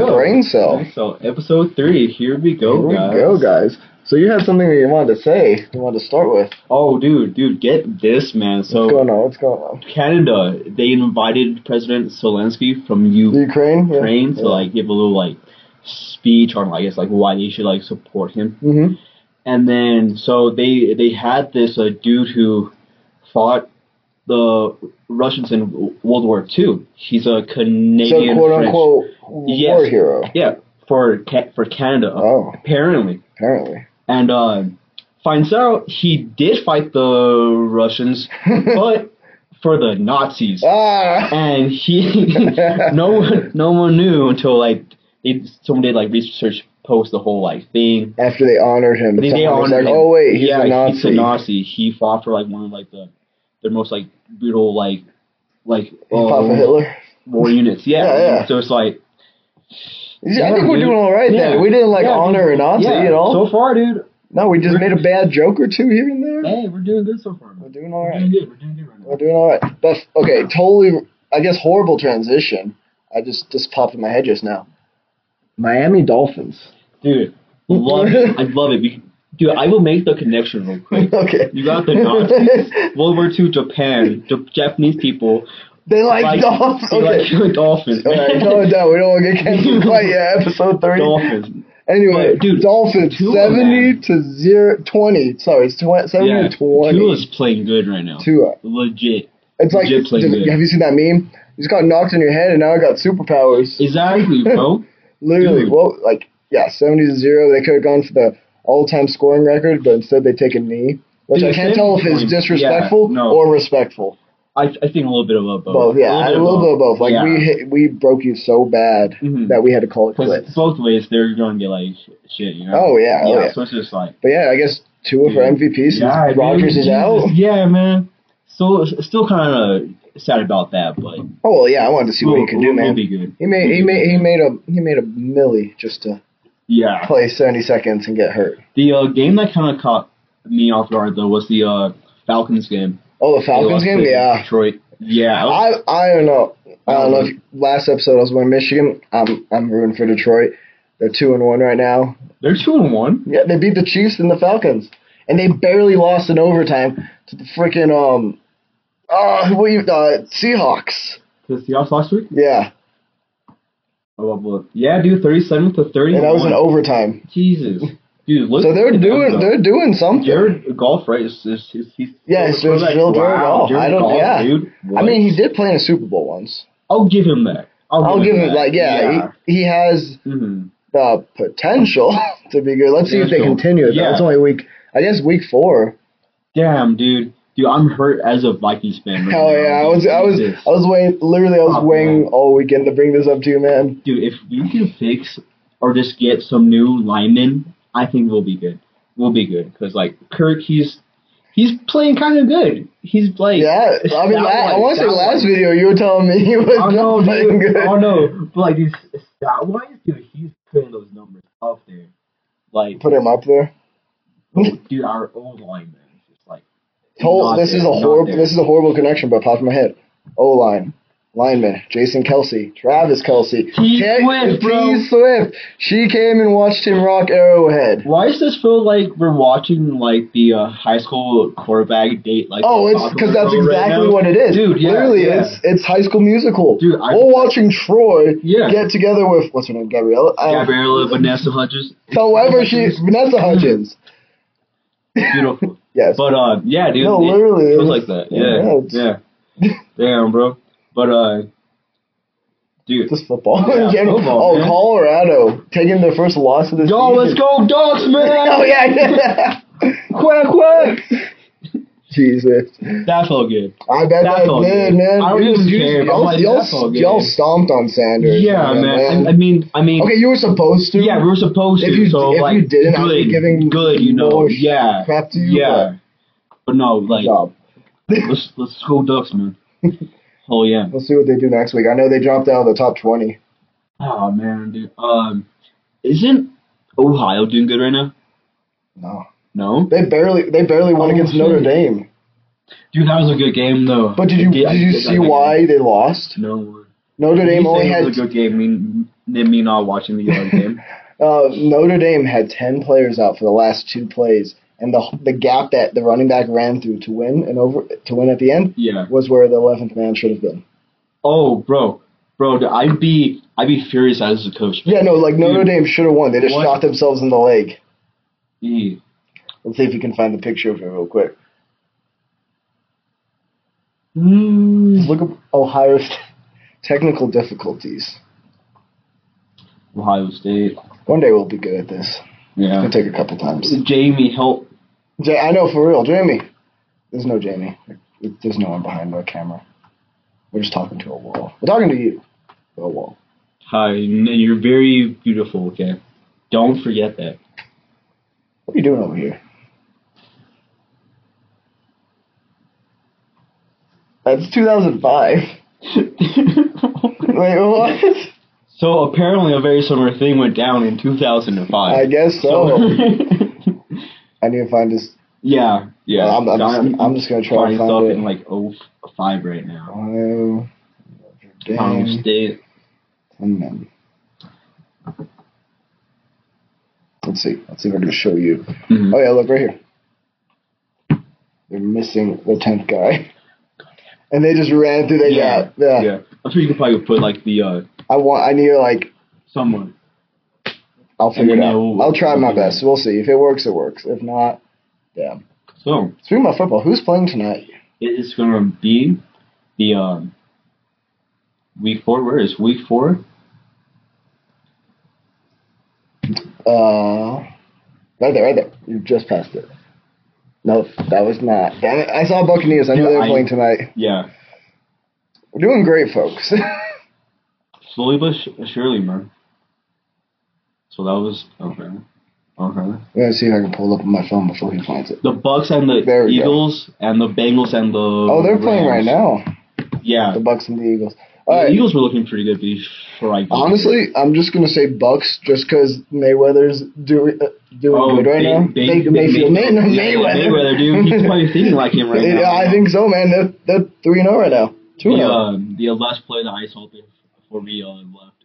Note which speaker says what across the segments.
Speaker 1: Cell.
Speaker 2: Nice. So episode three, here we go,
Speaker 1: Here we
Speaker 2: guys.
Speaker 1: go, guys. So you had something that you wanted to say. You wanted to start with.
Speaker 2: Oh, dude, dude, get this, man.
Speaker 1: What's
Speaker 2: So
Speaker 1: going on? What's going on?
Speaker 2: Canada, they invited President Zelensky from
Speaker 1: The
Speaker 2: Ukraine
Speaker 1: Ukraine. Yeah.
Speaker 2: to like give a little like speech on, I guess, like why you should like support him.
Speaker 1: hmm
Speaker 2: And then so they they had this uh, dude who fought the Russians in W- World War Two. He's a
Speaker 1: So
Speaker 2: Canadian
Speaker 1: quote
Speaker 2: French.
Speaker 1: unquote
Speaker 2: Yes.
Speaker 1: war hero.
Speaker 2: Yeah, for Ca- for Canada
Speaker 1: Oh,
Speaker 2: apparently.
Speaker 1: apparently.
Speaker 2: and uh, finds out he did fight the Russians, but for the Nazis.
Speaker 1: ah.
Speaker 2: And he no one no one knew until like they someone did like research post the whole like thing.
Speaker 1: After they honored him,
Speaker 2: They, they
Speaker 1: someone was
Speaker 2: honored
Speaker 1: like,
Speaker 2: him.
Speaker 1: "Oh wait, he's
Speaker 2: yeah,
Speaker 1: a Nazi."
Speaker 2: he's a Nazi. He fought for like one of like the the most like brutal like like
Speaker 1: He fought for
Speaker 2: um,
Speaker 1: Hitler.
Speaker 2: war units. Yeah.
Speaker 1: Yeah, yeah.
Speaker 2: So it's like
Speaker 1: I
Speaker 2: yeah,
Speaker 1: think we're
Speaker 2: dude.
Speaker 1: doing all right
Speaker 2: Yeah.
Speaker 1: there. We didn't like
Speaker 2: Yeah,
Speaker 1: honor a Nazi
Speaker 2: yeah,
Speaker 1: at all.
Speaker 2: So far, dude.
Speaker 1: no, we just made a bad joke or two here and there.
Speaker 2: Hey, we're doing good so far.
Speaker 1: We're
Speaker 2: Man.
Speaker 1: doing all
Speaker 2: We're
Speaker 1: right.
Speaker 2: doing good. We're doing good right now.
Speaker 1: We're doing all right. But okay, totally. I guess horrible transition. I just just popped in my head just now. Miami Dolphins.
Speaker 2: Dude, love it. I love it. We- Dude, I will make the connection real quick.
Speaker 1: okay.
Speaker 2: You got the Nazis. World War II, Japan, the Japanese people.
Speaker 1: they like,
Speaker 2: like-
Speaker 1: dolphins.
Speaker 2: they
Speaker 1: Okay.
Speaker 2: Like, like dolphins.
Speaker 1: all right,
Speaker 2: man.
Speaker 1: no doubt. We don't want to get canceled quite yet. Episode three.
Speaker 2: dolphins.
Speaker 1: Anyway,
Speaker 2: But, dude,
Speaker 1: Dolphins
Speaker 2: two of
Speaker 1: seventy to zero twenty. Sorry, it's tw- seventy
Speaker 2: Yeah.
Speaker 1: to twenty.
Speaker 2: Tua's playing good right now.
Speaker 1: Tua.
Speaker 2: Legit.
Speaker 1: It's like,
Speaker 2: Legit playing good.
Speaker 1: have you seen that meme? You just got knocked on your head, and now I got superpowers.
Speaker 2: Exactly, bro.
Speaker 1: Literally,
Speaker 2: Dude.
Speaker 1: well, like yeah, seventy to zero. They could have gone for the all-time scoring record, but instead they take a knee, which
Speaker 2: Dude,
Speaker 1: I can't tell if it's
Speaker 2: 70,
Speaker 1: disrespectful
Speaker 2: yeah, no.
Speaker 1: or respectful.
Speaker 2: I, I think a little bit of both.
Speaker 1: Both, yeah, a little bit of both. Like
Speaker 2: Yeah.
Speaker 1: we hit, we broke you so bad
Speaker 2: Mhm.
Speaker 1: that we had to call it
Speaker 2: 'Cause
Speaker 1: quits.
Speaker 2: both ways, they're going to get like sh- shit, you know?
Speaker 1: Oh yeah, oh yeah.
Speaker 2: so it's just like.
Speaker 1: But yeah, I guess two for
Speaker 2: Dude.
Speaker 1: MVP since
Speaker 2: dude,
Speaker 1: Rogers is
Speaker 2: Jesus.
Speaker 1: out.
Speaker 2: Yeah, man. Still, still kind of sad about that, but.
Speaker 1: Oh well, yeah, I wanted to see what he could do,
Speaker 2: we'll- we'll
Speaker 1: man.
Speaker 2: be good.
Speaker 1: He made he made he made a he made a millie just to
Speaker 2: Yeah.
Speaker 1: play seventy seconds and get hurt.
Speaker 2: The uh, game that kind of caught me off guard though was the uh, Falcons game.
Speaker 1: Oh, the
Speaker 2: They
Speaker 1: Falcons
Speaker 2: lost
Speaker 1: game,
Speaker 2: to
Speaker 1: yeah.
Speaker 2: Detroit. Yeah. I was-
Speaker 1: I I don't know. I don't know. If,
Speaker 2: Um,
Speaker 1: last episode I was with Michigan. I'm I'm rooting for Detroit. They're two and one right now.
Speaker 2: they're two and one.
Speaker 1: Yeah, they beat the Chiefs and the Falcons, and they barely lost in overtime to the freaking um, uh, what you uh, Seahawks.
Speaker 2: To the Seahawks last week.
Speaker 1: Yeah,
Speaker 2: Oh, blah, blah. Yeah, dude, thirty-seven to thirty.
Speaker 1: and that was in overtime.
Speaker 2: Jesus, dude. Look
Speaker 1: So they're
Speaker 2: at them,
Speaker 1: doing
Speaker 2: though.
Speaker 1: they're doing something.
Speaker 2: Jared Golf, right? Is, is, is, he's
Speaker 1: Yeah, it's just
Speaker 2: like,
Speaker 1: Phil Jared
Speaker 2: wow,
Speaker 1: Goff. I don't-
Speaker 2: Goff,
Speaker 1: yeah.
Speaker 2: Dude,
Speaker 1: I
Speaker 2: what?
Speaker 1: mean, he did play in a Super Bowl once.
Speaker 2: I'll give him that. I'll,
Speaker 1: I'll give him
Speaker 2: Oh, that.
Speaker 1: like yeah, He, he has
Speaker 2: hmm
Speaker 1: the potential to be good. Let's see if they
Speaker 2: Potential.
Speaker 1: continue it. though.
Speaker 2: Yeah.
Speaker 1: It's only week. I guess week four.
Speaker 2: Damn, dude. Dude, I'm hurt as a Vikings fan. Right
Speaker 1: Hell
Speaker 2: now.
Speaker 1: yeah! I was I was
Speaker 2: Jesus.
Speaker 1: I was waiting. Literally, I was
Speaker 2: Oh,
Speaker 1: waiting
Speaker 2: man.
Speaker 1: all weekend to bring this up to you, man.
Speaker 2: dude, if we can fix or just get some new linemen, I think we'll be good. We'll be good because like Kirk, he's he's playing kind of good. He's like
Speaker 1: Yeah, I mean,
Speaker 2: that
Speaker 1: la- I
Speaker 2: one,
Speaker 1: want to say
Speaker 2: that
Speaker 1: last
Speaker 2: one.
Speaker 1: video you were telling me he was
Speaker 2: Oh no,
Speaker 1: not playing
Speaker 2: dude!
Speaker 1: good.
Speaker 2: Oh no! But like, he's stat wise, dude, he's putting those numbers up there. Like,
Speaker 1: Put him up there.
Speaker 2: dude, our old lineman is just like
Speaker 1: Whole,
Speaker 2: not
Speaker 1: this is
Speaker 2: there,
Speaker 1: a
Speaker 2: not
Speaker 1: horrible
Speaker 2: there.
Speaker 1: this is a horrible connection, but it popped in my head. O line, lineman, Jason Kelsey, Travis Kelsey,
Speaker 2: T. Swift, bro.
Speaker 1: T Swift. She came and watched him rock Arrowhead.
Speaker 2: Why does this feel like we're watching like the uh, high school quarterback date? Like,
Speaker 1: Oh, it's because that's exactly what it is.
Speaker 2: Dude, yeah,
Speaker 1: Literally,
Speaker 2: yeah.
Speaker 1: it's it's High School Musical.
Speaker 2: Dude, I-
Speaker 1: We're watching Troy
Speaker 2: Yeah.
Speaker 1: get together with what's her name, Gabriella. I don't-
Speaker 2: Gabriella Vanessa Hudgens.
Speaker 1: However, she Vanessa Hudgens.
Speaker 2: beautiful.
Speaker 1: Yes.
Speaker 2: But uh, yeah, dude.
Speaker 1: No,
Speaker 2: it
Speaker 1: literally, it
Speaker 2: feels
Speaker 1: was-
Speaker 2: like that.
Speaker 1: yeah, it's-
Speaker 2: Yeah, yeah. Damn, bro. But uh, dude.
Speaker 1: Just football.
Speaker 2: Yeah,
Speaker 1: in general.
Speaker 2: football,
Speaker 1: oh,
Speaker 2: man.
Speaker 1: Colorado taking their first loss of the
Speaker 2: Yo, let's
Speaker 1: season.
Speaker 2: go, dogs,
Speaker 1: Oh
Speaker 2: man!
Speaker 1: yeah.
Speaker 2: Quack, quack!
Speaker 1: Jesus.
Speaker 2: That felt good.
Speaker 1: I bet
Speaker 2: That's
Speaker 1: that
Speaker 2: all
Speaker 1: did,
Speaker 2: good.
Speaker 1: man.
Speaker 2: I don't
Speaker 1: You-
Speaker 2: even
Speaker 1: you-
Speaker 2: care, but I'm
Speaker 1: Y'all,
Speaker 2: like,
Speaker 1: y'all,
Speaker 2: that's all good.
Speaker 1: y'all stomped on Sanders.
Speaker 2: Yeah, man. I, I mean, I mean.
Speaker 1: okay, you were supposed to.
Speaker 2: Yeah, we were supposed
Speaker 1: If
Speaker 2: to.
Speaker 1: you-
Speaker 2: so
Speaker 1: if you
Speaker 2: like,
Speaker 1: didn't, I'd
Speaker 2: good,
Speaker 1: be giving
Speaker 2: good, you know,
Speaker 1: more sh-
Speaker 2: yeah,
Speaker 1: crap to you,
Speaker 2: yeah. But no,
Speaker 1: Good
Speaker 2: like,
Speaker 1: job.
Speaker 2: let's let's go, ducks, man. oh yeah.
Speaker 1: We'll see what they do next week. I know they dropped out of the top twenty.
Speaker 2: Oh man, dude. Um, isn't Ohio doing good right now?
Speaker 1: No,
Speaker 2: No,
Speaker 1: they barely they barely won
Speaker 2: Oh,
Speaker 1: against
Speaker 2: shit.
Speaker 1: Notre Dame.
Speaker 2: dude, that was a good game though.
Speaker 1: But did you
Speaker 2: Yeah, I-
Speaker 1: did you
Speaker 2: I- I-
Speaker 1: see why they lost?
Speaker 2: No.
Speaker 1: Notre Dame only
Speaker 2: It
Speaker 1: had
Speaker 2: was a good game. I mean, Then me and I watching the yard game.
Speaker 1: Uh, Notre Dame had ten players out for the last two plays, and the the gap that the running back ran through to win and over to win at the end
Speaker 2: Yeah.
Speaker 1: was where the eleventh man should have been.
Speaker 2: Oh, bro, bro, dude, I'd be I'd be furious as a coach.
Speaker 1: Yeah, no, like Notre
Speaker 2: Dude.
Speaker 1: Dame should have won. They just
Speaker 2: What?
Speaker 1: shot themselves in the leg.
Speaker 2: Yeah.
Speaker 1: Let's see if we can find the picture of it real quick.
Speaker 2: Mm.
Speaker 1: Look up Ohio State technical difficulties.
Speaker 2: Ohio State.
Speaker 1: One day we'll be good at this.
Speaker 2: Yeah.
Speaker 1: It'll take a couple times.
Speaker 2: Jamie, help.
Speaker 1: Ja- I know for real, Jamie. There's no Jamie. There's no one behind our camera. We're just talking to a wall. We're talking to you. A wall.
Speaker 2: Hi, and you're very beautiful. Okay, don't forget that.
Speaker 1: What are you doing over here? That's 2005. Wait, what?
Speaker 2: so apparently, a very similar thing went down in 2005.
Speaker 1: I guess so.
Speaker 2: So-
Speaker 1: I need to find this.
Speaker 2: yeah, yeah.
Speaker 1: I'm, I'm, just, I'm just gonna try
Speaker 2: finding
Speaker 1: and
Speaker 2: stuff
Speaker 1: find it.
Speaker 2: in like 05 right now.
Speaker 1: Ohio, Notre
Speaker 2: Ohio
Speaker 1: Dame,
Speaker 2: State.
Speaker 1: ten men. Let's see. Let's see if I can show you.
Speaker 2: Mhm.
Speaker 1: Oh yeah, look right here. They're missing the tenth guy, and they just ran through the
Speaker 2: Yeah,
Speaker 1: gap. Yeah.
Speaker 2: yeah. I'm sure you could probably put like the uh
Speaker 1: I want. I need to like.
Speaker 2: someone.
Speaker 1: I'll figure it
Speaker 2: then
Speaker 1: out.
Speaker 2: you'll-
Speaker 1: I'll try my best. We'll see if it works. It works. If not, damn.
Speaker 2: So
Speaker 1: Speaking of football, who's playing tonight?
Speaker 2: it is going to be the um, week four. Where is week four?
Speaker 1: Uh, right there, right there. You just passed it. No, that was not. Damn it! I saw Buccaneers. I know
Speaker 2: Yeah,
Speaker 1: they were
Speaker 2: I-
Speaker 1: playing tonight.
Speaker 2: Yeah,
Speaker 1: We're doing great, folks.
Speaker 2: slowly but sh- surely, man. So that was okay. Okay.
Speaker 1: Let me see if I can pull it up on my phone before he finds it.
Speaker 2: The Bucks and the
Speaker 1: There we go.
Speaker 2: Eagles and the Bengals and the
Speaker 1: Oh, they're playing right
Speaker 2: Rams.
Speaker 1: now.
Speaker 2: Yeah,
Speaker 1: The Bucks and the Eagles.
Speaker 2: the
Speaker 1: All right.
Speaker 2: Eagles were looking pretty good before I got
Speaker 1: Honestly, I'm just gonna say Bucks, just because Mayweather's doing uh, doing
Speaker 2: Oh,
Speaker 1: good right
Speaker 2: Bay-
Speaker 1: now.
Speaker 2: Bay-
Speaker 1: Bay-
Speaker 2: Bay-
Speaker 1: Mayfield, May- no,
Speaker 2: Yeah,
Speaker 1: Mayweather,
Speaker 2: Mayweather, dude. He's probably thinking like him right
Speaker 1: yeah,
Speaker 2: now.
Speaker 1: I think so, man. They're they're three and zero right now. Two and oh.
Speaker 2: the,
Speaker 1: zero.
Speaker 2: um, the last play that I saw before we uh, left,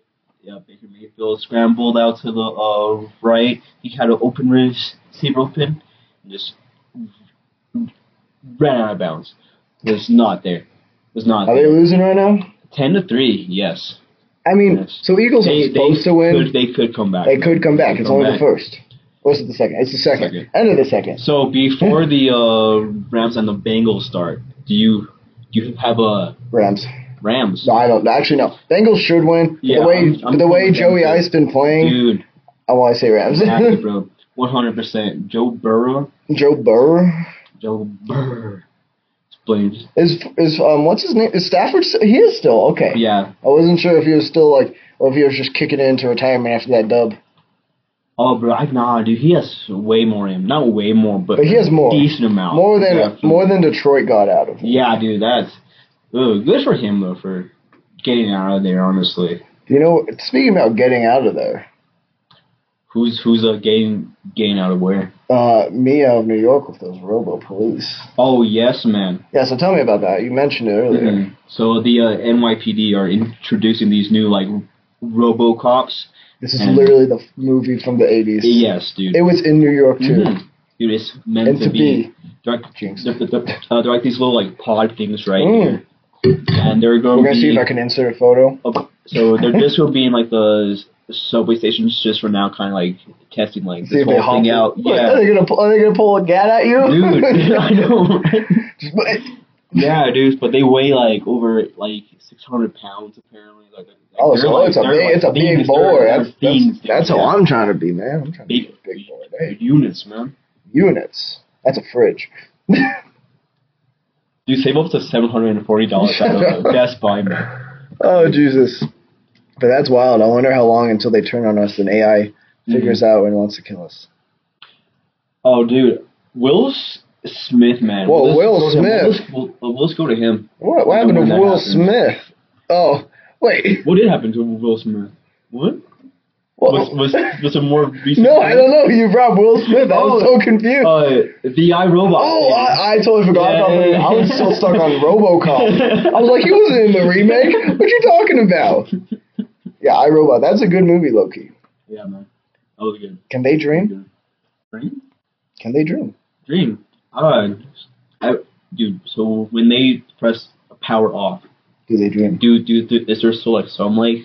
Speaker 2: yeah, Baker Mayfield scrambled out to the uh, right. He had an open receiver open and just ran out of bounds. Was not there. Was not
Speaker 1: Are they
Speaker 2: there.
Speaker 1: losing right now?
Speaker 2: Ten to three. Yes.
Speaker 1: I mean,
Speaker 2: Yes.
Speaker 1: so Eagles are supposed to win.
Speaker 2: Could, they could come back.
Speaker 1: They could come back. It's
Speaker 2: come
Speaker 1: only the
Speaker 2: back.
Speaker 1: first. Or is it the second? It's the second.
Speaker 2: Second.
Speaker 1: End of the second.
Speaker 2: So before the uh, Rams and the Bengals start, do you do you have a
Speaker 1: Rams.
Speaker 2: Rams?
Speaker 1: No, I don't. Actually, no. Bengals should win.
Speaker 2: Yeah,
Speaker 1: the way
Speaker 2: I'm- I'm
Speaker 1: the way
Speaker 2: going
Speaker 1: Joey
Speaker 2: Rams.
Speaker 1: Ice been playing,
Speaker 2: Dude,
Speaker 1: I want to say Rams.
Speaker 2: exactly, bro. One hundred percent. Joe Burrow.
Speaker 1: Joe Burr.
Speaker 2: Joe Burr. Explains.
Speaker 1: Is is um what's his name? Is Stafford? s- He is still okay.
Speaker 2: Yeah.
Speaker 1: I wasn't sure if he was still like, or if he was just kicking it into retirement after that dub.
Speaker 2: Oh, bro, I, nah, dude, he has way more in him. Not way more, but,
Speaker 1: But he has more.
Speaker 2: decent amount.
Speaker 1: More than
Speaker 2: yeah.
Speaker 1: more than Detroit got out of. him.
Speaker 2: Yeah, dude, that's ugh, good for him though for getting out of there. Honestly,
Speaker 1: You know, speaking about getting out of there,
Speaker 2: who's who's uh, getting getting out of where?
Speaker 1: uh, me out of New York with those Robo Police.
Speaker 2: Oh yes, man.
Speaker 1: Yeah, so tell me about that. You mentioned it earlier.
Speaker 2: Mhm. So the uh, NYPD are introducing these new like RoboCops.
Speaker 1: This is
Speaker 2: And-
Speaker 1: literally the f- movie from the '80s.
Speaker 2: Yes, dude.
Speaker 1: It was in New York too.
Speaker 2: Mhm. Dude, it's meant
Speaker 1: And to be
Speaker 2: direct,
Speaker 1: Jinx.
Speaker 2: they're, they're- uh, they're like these little like pod things right
Speaker 1: Mm.
Speaker 2: here, and they're going
Speaker 1: We're
Speaker 2: to
Speaker 1: gonna see
Speaker 2: be
Speaker 1: if I can insert a photo.
Speaker 2: up- so they're just going to be in like the s- subway stations just for now, kind of like testing like
Speaker 1: See
Speaker 2: this
Speaker 1: if they
Speaker 2: whole
Speaker 1: hop
Speaker 2: thing
Speaker 1: it.
Speaker 2: out.
Speaker 1: What, Are
Speaker 2: Yeah,
Speaker 1: they gonna pull, are they gonna pull a gat at you?
Speaker 2: dude, I know. right?
Speaker 1: Just- but-
Speaker 2: yeah, dude, but they weigh like over like six hundred pounds apparently. Like, like,
Speaker 1: Oh,
Speaker 2: they're,
Speaker 1: so
Speaker 2: like-
Speaker 1: it's a
Speaker 2: they're,
Speaker 1: big,
Speaker 2: like,
Speaker 1: it's a big
Speaker 2: fiends.
Speaker 1: boy.
Speaker 2: They're- they're
Speaker 1: That's, that's,
Speaker 2: fiends, dude.
Speaker 1: that's how
Speaker 2: Yeah.
Speaker 1: I'm trying to be, man. I'm trying to
Speaker 2: big,
Speaker 1: be a big boy.
Speaker 2: big
Speaker 1: Hey,
Speaker 2: units, man.
Speaker 1: units. That's a fridge.
Speaker 2: Dude, save up to seven hundred and forty dollars at a Best Buy, man.
Speaker 1: Oh Jesus! But that's wild. I wonder how long until they turn on us and AI figures
Speaker 2: Hmm.
Speaker 1: out and wants to kill us.
Speaker 2: Mm. Oh, dude, Will S- Smith, man.
Speaker 1: Whoa, Will
Speaker 2: go to him.
Speaker 1: Smith.
Speaker 2: Let's, we'll, let's uh, go to him.
Speaker 1: What, what
Speaker 2: I
Speaker 1: happened
Speaker 2: wonder
Speaker 1: to
Speaker 2: when that
Speaker 1: Will
Speaker 2: happens.
Speaker 1: Smith? Oh wait.
Speaker 2: What did happen to Will Smith? What? was was was a more recent.
Speaker 1: no, I don't know. You brought Will Smith. I was
Speaker 2: Oh.
Speaker 1: so confused.
Speaker 2: Uh, the iRobot.
Speaker 1: Oh, I, I totally forgot about
Speaker 2: Yeah.
Speaker 1: that. I was still stuck on RoboCop. I was like, he wasn't in the remake. What you talking about? Yeah, iRobot. That's a good movie, Loki.
Speaker 2: Yeah, man. That was good.
Speaker 1: Can they dream?
Speaker 2: Dream?
Speaker 1: Can they dream?
Speaker 2: Dream. Uh, I, dude, so when they press power off,
Speaker 1: Do they dream?
Speaker 2: do, do, do is there still like some like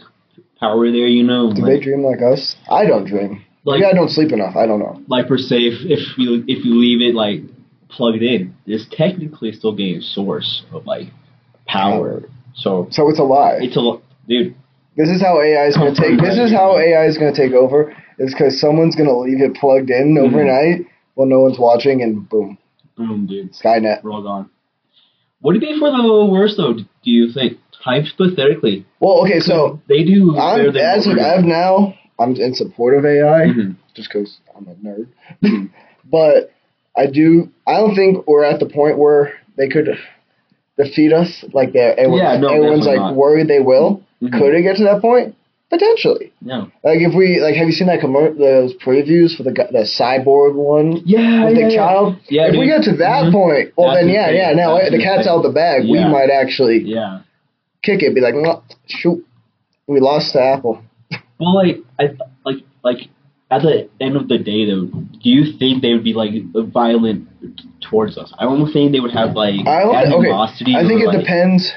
Speaker 2: power there, you know?
Speaker 1: Do
Speaker 2: like,
Speaker 1: they dream like us? I don't dream.
Speaker 2: like,
Speaker 1: Maybe I don't sleep enough. I don't know.
Speaker 2: like per se, if, if you if you leave it like plugged in, it's technically still getting a source of like power. So
Speaker 1: So it's a lie.
Speaker 2: it's a lo- dude.
Speaker 1: This is how AI is going to take. This is how AI is going to take over. Is because someone's going to leave it plugged in
Speaker 2: Mhm.
Speaker 1: overnight while no one's watching, and boom,
Speaker 2: Boom, dude.
Speaker 1: Skynet.
Speaker 2: We're all gone. Would it be for the worst though? Do you think? Hypothetically,
Speaker 1: Well, okay, so
Speaker 2: they do.
Speaker 1: I'm as of as of now, I'm in support of AI
Speaker 2: Mhm.
Speaker 1: just because I'm a nerd. but I do. I don't think we're at the point where they could defeat us. Like that, everyone's,
Speaker 2: Yeah, no,
Speaker 1: everyone's
Speaker 2: definitely
Speaker 1: like
Speaker 2: not.
Speaker 1: worried they will.
Speaker 2: Mhm.
Speaker 1: Could it get to that point? Potentially.
Speaker 2: No.
Speaker 1: Like if we like, have you seen that commer- those previews for the gu- the cyborg one
Speaker 2: Yeah,
Speaker 1: with
Speaker 2: yeah,
Speaker 1: the
Speaker 2: yeah.
Speaker 1: child.
Speaker 2: Yeah,
Speaker 1: if we
Speaker 2: dude.
Speaker 1: get to that
Speaker 2: Mhm.
Speaker 1: point, well,
Speaker 2: That's
Speaker 1: then yeah,
Speaker 2: insane.
Speaker 1: yeah. Now
Speaker 2: That's
Speaker 1: the cat's
Speaker 2: insane.
Speaker 1: out the bag. We
Speaker 2: Yeah.
Speaker 1: might actually
Speaker 2: Yeah.
Speaker 1: kick it. Be like, "Mwah, shoot, we lost to Apple.
Speaker 2: Well, like, I like like at the end of the day, though, do you think they would be like violent towards us? I don't think they would have like
Speaker 1: I don't think,
Speaker 2: animosity.
Speaker 1: okay. I think
Speaker 2: or,
Speaker 1: it
Speaker 2: like-
Speaker 1: depends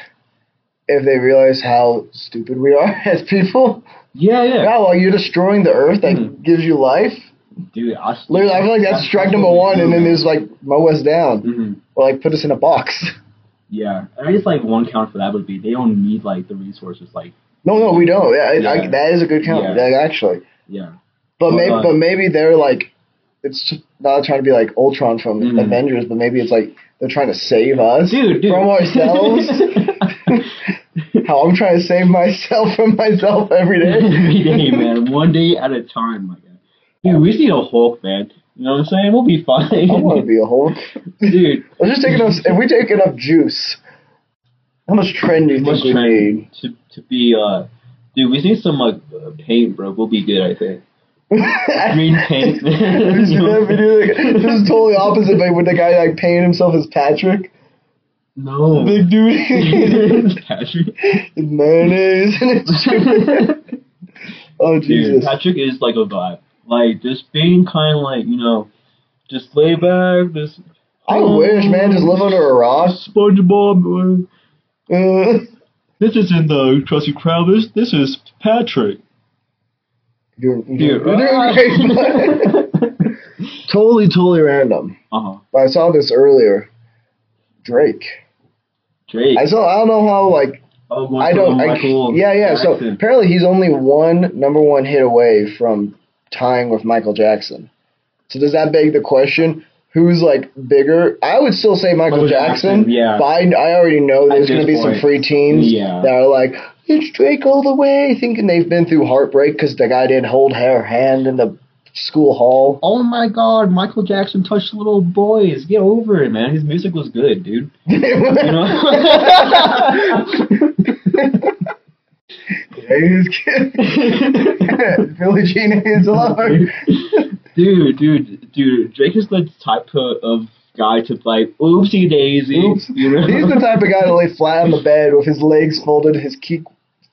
Speaker 1: if they realize how stupid we are as people.
Speaker 2: Yeah, yeah,
Speaker 1: Yeah, while you're destroying the earth that
Speaker 2: Mhm.
Speaker 1: gives you life.
Speaker 2: dude. I,
Speaker 1: Literally, I feel like that's strike number one, and then there's like mow us down
Speaker 2: Mhm.
Speaker 1: or like put us in a box.
Speaker 2: Yeah, I guess like one count for that would be they don't need like the resources. Like,
Speaker 1: No, no, we don't. Yeah, I, I,
Speaker 2: Yeah.
Speaker 1: that is a good count.
Speaker 2: Yeah.
Speaker 1: That actually.
Speaker 2: yeah,
Speaker 1: But
Speaker 2: Well
Speaker 1: maybe,
Speaker 2: done.
Speaker 1: but maybe they're like, it's not trying to be like Ultron from
Speaker 2: Mhm.
Speaker 1: Avengers, but maybe it's like they're trying to save us
Speaker 2: dude, dude.
Speaker 1: from ourselves. How I'm trying to save myself from myself every day.
Speaker 2: Every day, man. One day at a time, my guy. Dude, we see a Hulk, man. You know what I'm saying? We'll be fine.
Speaker 1: I want to be a Hulk.
Speaker 2: dude.
Speaker 1: I'm just taking enough. If we take enough juice, how much trend do you
Speaker 2: Must
Speaker 1: think we
Speaker 2: train
Speaker 1: need?
Speaker 2: to to be uh dude we need some like uh, paint bro we'll be good i think Green paint.
Speaker 1: Have you seen that video? Like, this is totally opposite. Like when the guy like painted himself as Patrick,
Speaker 2: no
Speaker 1: big dude,
Speaker 2: patrick
Speaker 1: His mayonnaise and his chicken. Oh
Speaker 2: dude
Speaker 1: Jesus!
Speaker 2: patrick is like a vibe like just being kind of like you know just lay back just um,
Speaker 1: I wish, man, just live under a rock.
Speaker 2: spongebob uh,
Speaker 1: Uh,
Speaker 2: this isn't the trusty crowd this this is patrick
Speaker 1: you're, you're,
Speaker 2: dude uh,
Speaker 1: you're doing great, bud. totally, totally random.
Speaker 2: uh-huh
Speaker 1: But I saw this earlier. Drake.
Speaker 2: Drake.
Speaker 1: I saw. I don't know how. Like
Speaker 2: oh, going
Speaker 1: I
Speaker 2: for
Speaker 1: don't.
Speaker 2: the
Speaker 1: I,
Speaker 2: Michael
Speaker 1: yeah, yeah. So
Speaker 2: Jackson.
Speaker 1: apparently he's only one number one hit away from tying with Michael Jackson. So does that beg the question? Who's like bigger? I would still say Michael,
Speaker 2: Michael
Speaker 1: Jackson.
Speaker 2: Jackson, yeah.
Speaker 1: But I, I already know there's
Speaker 2: this
Speaker 1: going to be some
Speaker 2: point.
Speaker 1: free teams
Speaker 2: Yeah.
Speaker 1: that are like, it's Drake all the way, thinking they've been through heartbreak because the guy didn't hold her hand in the school hall.
Speaker 2: Oh my god, Michael Jackson touched little boys. Get over it, man. His music was good, dude. You know?
Speaker 1: He's kidding. Billie Jean is alive.
Speaker 2: dude, dude, dude. Drake is the type of, of guy to like, oopsie daisy.
Speaker 1: Oops.
Speaker 2: You know?
Speaker 1: He's the type of guy to lay flat on the bed with his legs folded, his key,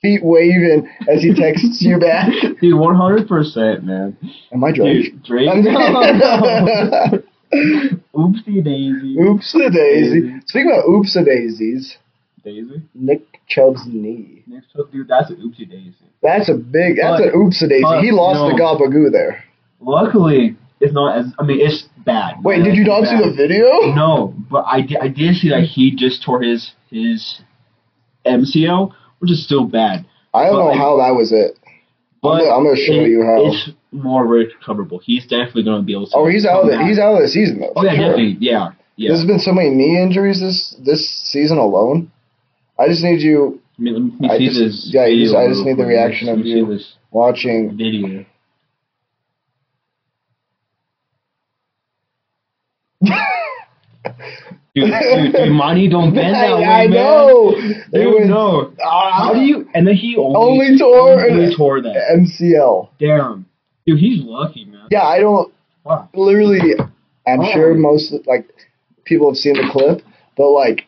Speaker 1: feet waving as he texts you back.
Speaker 2: Dude, 100%, man.
Speaker 1: Am I Drake?
Speaker 2: Dude, Drake.
Speaker 1: I'm-
Speaker 2: oopsie daisy.
Speaker 1: Oops a daisy. Speaking about oops a daisies,
Speaker 2: Daisy?
Speaker 1: Nick Chubb's knee.
Speaker 2: Next up, dude, that's an oopsie daisy.
Speaker 1: That's a big. That's
Speaker 2: But-
Speaker 1: an oops a daisy.
Speaker 2: but
Speaker 1: He lost
Speaker 2: no.
Speaker 1: the gabagoo there.
Speaker 2: Luckily, it's not as. I mean, it's bad.
Speaker 1: Wait, did you not see
Speaker 2: Bad.
Speaker 1: the video?
Speaker 2: No, but I, di- I did see that he just tore his his MCL, which is still bad.
Speaker 1: I don't
Speaker 2: but
Speaker 1: know
Speaker 2: I-
Speaker 1: how that was it.
Speaker 2: But
Speaker 1: gonna- I'm gonna show
Speaker 2: it-
Speaker 1: you how.
Speaker 2: It's more recoverable. He's definitely going to be able to.
Speaker 1: Oh, he's out. Of the, he's out of the season though.
Speaker 2: Oh yeah,
Speaker 1: for sure.
Speaker 2: definitely. Yeah, yeah.
Speaker 1: There's been so many knee injuries this this season alone. I just need you
Speaker 2: I mean, let me
Speaker 1: I
Speaker 2: see
Speaker 1: just-
Speaker 2: this.
Speaker 1: yeah, you just-
Speaker 2: video
Speaker 1: I just
Speaker 2: real
Speaker 1: need the
Speaker 2: quick.
Speaker 1: reaction
Speaker 2: Let
Speaker 1: of
Speaker 2: me
Speaker 1: you.
Speaker 2: see this
Speaker 1: watching.
Speaker 2: video. Dude, dude, dude, money don't bend that
Speaker 1: I,
Speaker 2: way,
Speaker 1: I
Speaker 2: man.
Speaker 1: know. It
Speaker 2: Dude,
Speaker 1: was uh,
Speaker 2: no. How do you? And then he only
Speaker 1: Only tore-
Speaker 2: only tore that.
Speaker 1: MCL.
Speaker 2: Damn. Dude, he's lucky, man.
Speaker 1: Yeah, I don't.
Speaker 2: Wow.
Speaker 1: Literally, I'm
Speaker 2: Oh.
Speaker 1: sure most like people have seen the clip, but like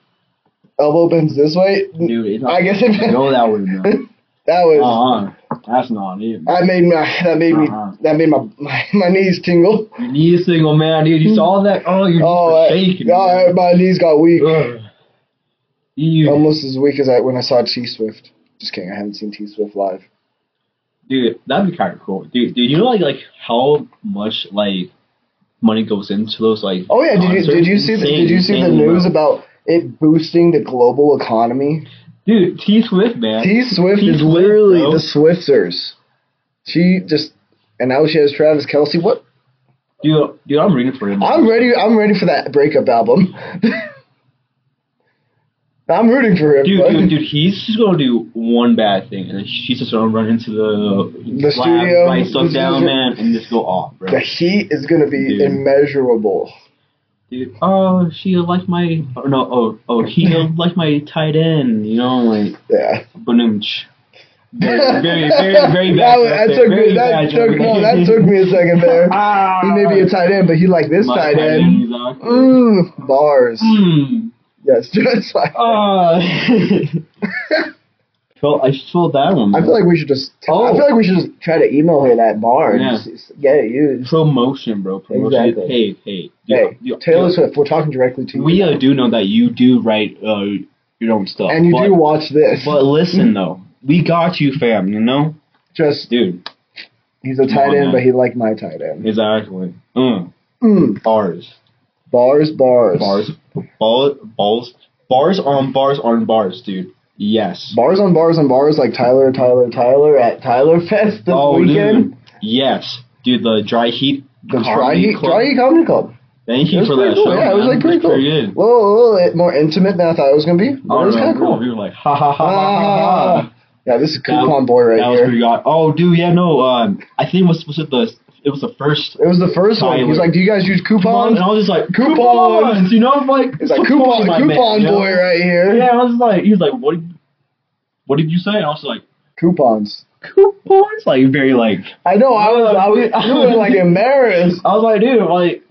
Speaker 1: elbow bends this way.
Speaker 2: Dude, it's not
Speaker 1: I guess it
Speaker 2: go that way, man.
Speaker 1: that was
Speaker 2: Uh-huh. That's not it. man.
Speaker 1: I made my that made me
Speaker 2: Uh-huh.
Speaker 1: that made my my, my knees tingle.
Speaker 2: Your knees single, man, dude. You saw that? Oh, your knees
Speaker 1: Oh,
Speaker 2: were
Speaker 1: I-
Speaker 2: shaking.
Speaker 1: oh, my knees got weak.
Speaker 2: Ugh. You-
Speaker 1: Almost as weak as I when I saw T Swift. Just kidding, I haven't seen T Swift live.
Speaker 2: dude, that'd be kind of cool, dude. Dude, you know like like how much like money goes into those like.
Speaker 1: Oh yeah, did you
Speaker 2: concerts?
Speaker 1: did you see the,
Speaker 2: Insane,
Speaker 1: did you see the
Speaker 2: insane
Speaker 1: news
Speaker 2: amount.
Speaker 1: about it boosting the global economy?
Speaker 2: Dude, T Swift, man.
Speaker 1: T Swift
Speaker 2: T
Speaker 1: is
Speaker 2: Swift,
Speaker 1: literally
Speaker 2: bro.
Speaker 1: the Swifters. She just and now she has Travis Kelsey. What?
Speaker 2: dude, dude, I'm reading for him.
Speaker 1: I'm ready. I'm ready for that breakup album. I'm rooting for him.
Speaker 2: Dude,
Speaker 1: but-
Speaker 2: dude, dude, he's just gonna do one bad thing, and then she's just gonna run into the,
Speaker 1: The studio,
Speaker 2: write stuff
Speaker 1: the
Speaker 2: down,
Speaker 1: studio.
Speaker 2: man, and just go off, bro.
Speaker 1: The heat is going to be
Speaker 2: Dude.
Speaker 1: immeasurable.
Speaker 2: Dude, oh, she like my, or no, oh, oh, he like my tight end, you know, like,
Speaker 1: Yeah.
Speaker 2: boonch. Very, very, very, very
Speaker 1: That
Speaker 2: bad.
Speaker 1: was- that
Speaker 2: joke
Speaker 1: took
Speaker 2: there. Very
Speaker 1: me. That
Speaker 2: bad
Speaker 1: took,
Speaker 2: joke.
Speaker 1: no, that took me a second there.
Speaker 2: Ah,
Speaker 1: He may be a tight end, but he like this
Speaker 2: my
Speaker 1: tight end.
Speaker 2: is awkward.
Speaker 1: Mmm, bars.
Speaker 2: Mm.
Speaker 1: Yes, just like.
Speaker 2: Ah. felt, I just felt that one.
Speaker 1: I feel like we should just. I
Speaker 2: Oh.
Speaker 1: feel like we should just try to email her that bar and
Speaker 2: Yeah.
Speaker 1: just- just get it used.
Speaker 2: promotion, bro. Promotion.
Speaker 1: Exactly.
Speaker 2: Hey, hey,
Speaker 1: Hey,
Speaker 2: dude,
Speaker 1: Taylor
Speaker 2: dude,
Speaker 1: Swift, we're talking directly to you.
Speaker 2: We uh, do know that you do write uh, your own stuff,
Speaker 1: and you
Speaker 2: but,
Speaker 1: do Mm-hmm. watch this.
Speaker 2: But listen though, we got you, fam. You know,
Speaker 1: Just
Speaker 2: dude.
Speaker 1: he's a
Speaker 2: Come
Speaker 1: tight
Speaker 2: on,
Speaker 1: end,
Speaker 2: man.
Speaker 1: but he like my tight end.
Speaker 2: Exactly. Mm.
Speaker 1: Mm,
Speaker 2: Bars,
Speaker 1: bars, bars,
Speaker 2: bars, ball, balls, bars on bars on bars, dude. Yes.
Speaker 1: Bars on bars on bars like Tyler, Tyler, Tyler at Tyler Fest this
Speaker 2: Oh,
Speaker 1: weekend.
Speaker 2: dude. Yes, dude. The dry heat.
Speaker 1: The Dry
Speaker 2: Comedy
Speaker 1: Heat,
Speaker 2: Club.
Speaker 1: Dry Heat Comedy Club.
Speaker 2: Thank
Speaker 1: It
Speaker 2: you
Speaker 1: was
Speaker 2: for that
Speaker 1: pretty cool.
Speaker 2: show.
Speaker 1: Yeah, it was
Speaker 2: man.
Speaker 1: like pretty cool.
Speaker 2: Pretty good.
Speaker 1: A little, a little bit more intimate than I thought it was gonna be. But it was
Speaker 2: I
Speaker 1: kind
Speaker 2: don't
Speaker 1: of
Speaker 2: know,
Speaker 1: cool.
Speaker 2: We were like, ha ha ha ha ha. ha.
Speaker 1: Ah, yeah, this is
Speaker 2: That-
Speaker 1: Coupon Boy right
Speaker 2: that was
Speaker 1: here.
Speaker 2: pretty good. Oh, dude, yeah, no. Um, I think it was was it the it was the first
Speaker 1: It was the first one. He's
Speaker 2: Tyler.
Speaker 1: like, "Do you guys use coupons?"
Speaker 2: and I was just like
Speaker 1: Coupons!
Speaker 2: coupons, you know, I'm like
Speaker 1: It's like coupon,
Speaker 2: my
Speaker 1: coupon
Speaker 2: man,
Speaker 1: boy
Speaker 2: you know?
Speaker 1: right here.
Speaker 2: Yeah, I was like, he was like, what? Did, what did you say? And I was like,
Speaker 1: Coupons.
Speaker 2: coupons, like very like.
Speaker 1: I know. I was, I was, you were like embarrassed.
Speaker 2: I was like, dude, like,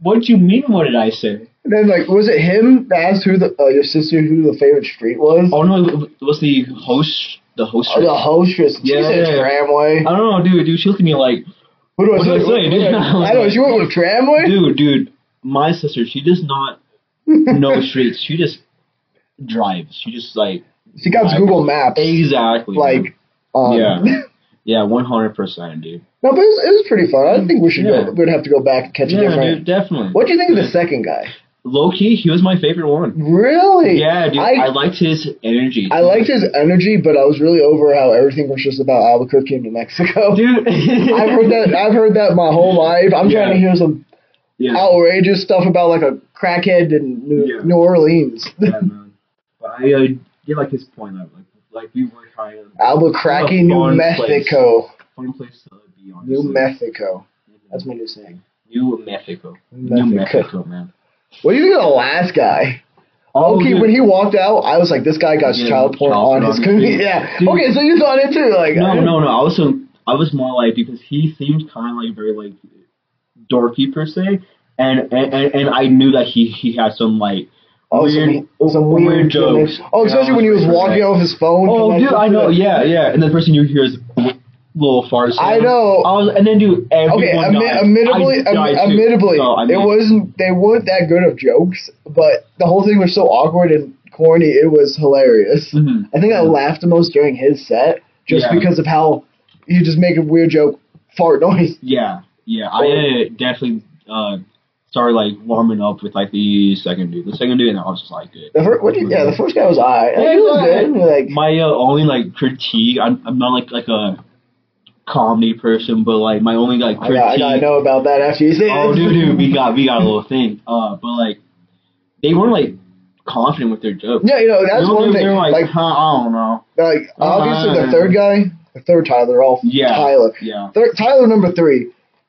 Speaker 2: what do you mean? What did I say?
Speaker 1: And then like, was it him that asked who the uh, your sister who the favorite street was?
Speaker 2: Oh no, it was the host, the host.
Speaker 1: Oh, the hostess. She
Speaker 2: Yeah,
Speaker 1: said
Speaker 2: yeah, yeah.
Speaker 1: tramway.
Speaker 2: I don't know, dude. Dude, she looked at me like,
Speaker 1: What do I
Speaker 2: what
Speaker 1: say?
Speaker 2: did I
Speaker 1: What-
Speaker 2: say,
Speaker 1: what-
Speaker 2: dude? I was
Speaker 1: I know.
Speaker 2: like-
Speaker 1: She went with tramway.
Speaker 2: dude, dude, my sister, she does not know streets. She just drives. She just like
Speaker 1: She got
Speaker 2: Like,
Speaker 1: Google Maps.
Speaker 2: exactly
Speaker 1: Like, um,
Speaker 2: Yeah. Yeah, one hundred percent, dude.
Speaker 1: no, but it was, it was pretty fun. I think we should
Speaker 2: Yeah.
Speaker 1: go. We'd have to go back and catch a
Speaker 2: Yeah,
Speaker 1: different.
Speaker 2: dude, definitely.
Speaker 1: What do you think of the second guy?
Speaker 2: Low key, he was my favorite one.
Speaker 1: Really?
Speaker 2: Yeah, dude, I,
Speaker 1: I,
Speaker 2: liked his energy.
Speaker 1: I liked his energy, but I was really over how everything was just about Albuquerque and New Mexico.
Speaker 2: dude.
Speaker 1: I've heard that. I've heard that my whole life. I'm
Speaker 2: Yeah.
Speaker 1: trying to hear some
Speaker 2: Yeah,
Speaker 1: outrageous stuff about like a crackhead in New,
Speaker 2: Yeah.
Speaker 1: New Orleans.
Speaker 2: yeah, man. But I uh, did like his point. Like, like we were kind of
Speaker 1: Albuquerque,
Speaker 2: What a
Speaker 1: New
Speaker 2: fun
Speaker 1: Mexico.
Speaker 2: fun place to be on.
Speaker 1: New Mexico. That's my new saying.
Speaker 2: New Mexico.
Speaker 1: New
Speaker 2: New
Speaker 1: Mexico.
Speaker 2: Mexico, man.
Speaker 1: What do you think of the last guy? okay,
Speaker 2: Oh, dude.
Speaker 1: when he walked out, I was like, this guy got
Speaker 2: Yeah,
Speaker 1: child porn
Speaker 2: child
Speaker 1: on his
Speaker 2: pornography.
Speaker 1: computer. Yeah.
Speaker 2: Dude.
Speaker 1: Okay, so you thought it too, like
Speaker 2: No, no, no. I was I was more like because he seemed kind of like very like dorky per se, and and, and, and I knew that he he had some like
Speaker 1: Oh,
Speaker 2: weird
Speaker 1: some, some weird,
Speaker 2: weird jokes.
Speaker 1: jokes. Oh, especially when he was walking out with his phone.
Speaker 2: Oh,
Speaker 1: Like,
Speaker 2: dude, I know. Yeah, yeah. And the person you hear is little farce.
Speaker 1: I know.
Speaker 2: I was, and then dude, everyone
Speaker 1: Okay, admi-
Speaker 2: died.
Speaker 1: admittedly,
Speaker 2: I died
Speaker 1: admi-
Speaker 2: too.
Speaker 1: admittedly,
Speaker 2: So, I
Speaker 1: it
Speaker 2: mean,
Speaker 1: wasn't. They weren't that good of jokes, but the whole thing was so awkward and corny. It was hilarious.
Speaker 2: mhm.
Speaker 1: I think I laughed the most during his set, just
Speaker 2: Yeah.
Speaker 1: because of how you just make a weird joke, fart noise.
Speaker 2: Yeah, yeah. I uh, definitely uh, started like warming up with like the second dude, the second dude, and I was just like, good.
Speaker 1: The first, what do you, yeah, the first guy was I.
Speaker 2: Yeah,
Speaker 1: he
Speaker 2: he
Speaker 1: was
Speaker 2: was
Speaker 1: good. Like,
Speaker 2: my uh, only like critique. I'm, I'm not like like a comedy person, but like my only like
Speaker 1: I, got, I
Speaker 2: critique.
Speaker 1: got to know about that after you say
Speaker 2: Oh,
Speaker 1: this.
Speaker 2: dude, dude, we got we got a little thing. Uh, but like they weren't like confident with their jokes.
Speaker 1: Yeah, you know
Speaker 2: They
Speaker 1: that's
Speaker 2: were-
Speaker 1: one
Speaker 2: they
Speaker 1: thing.
Speaker 2: were
Speaker 1: Like, like,
Speaker 2: huh, I don't know.
Speaker 1: obviously the
Speaker 2: Uh,
Speaker 1: third guy, the third Tyler, they're all
Speaker 2: Yeah.
Speaker 1: Tyler.
Speaker 2: Yeah.
Speaker 1: Thir- Tyler number three,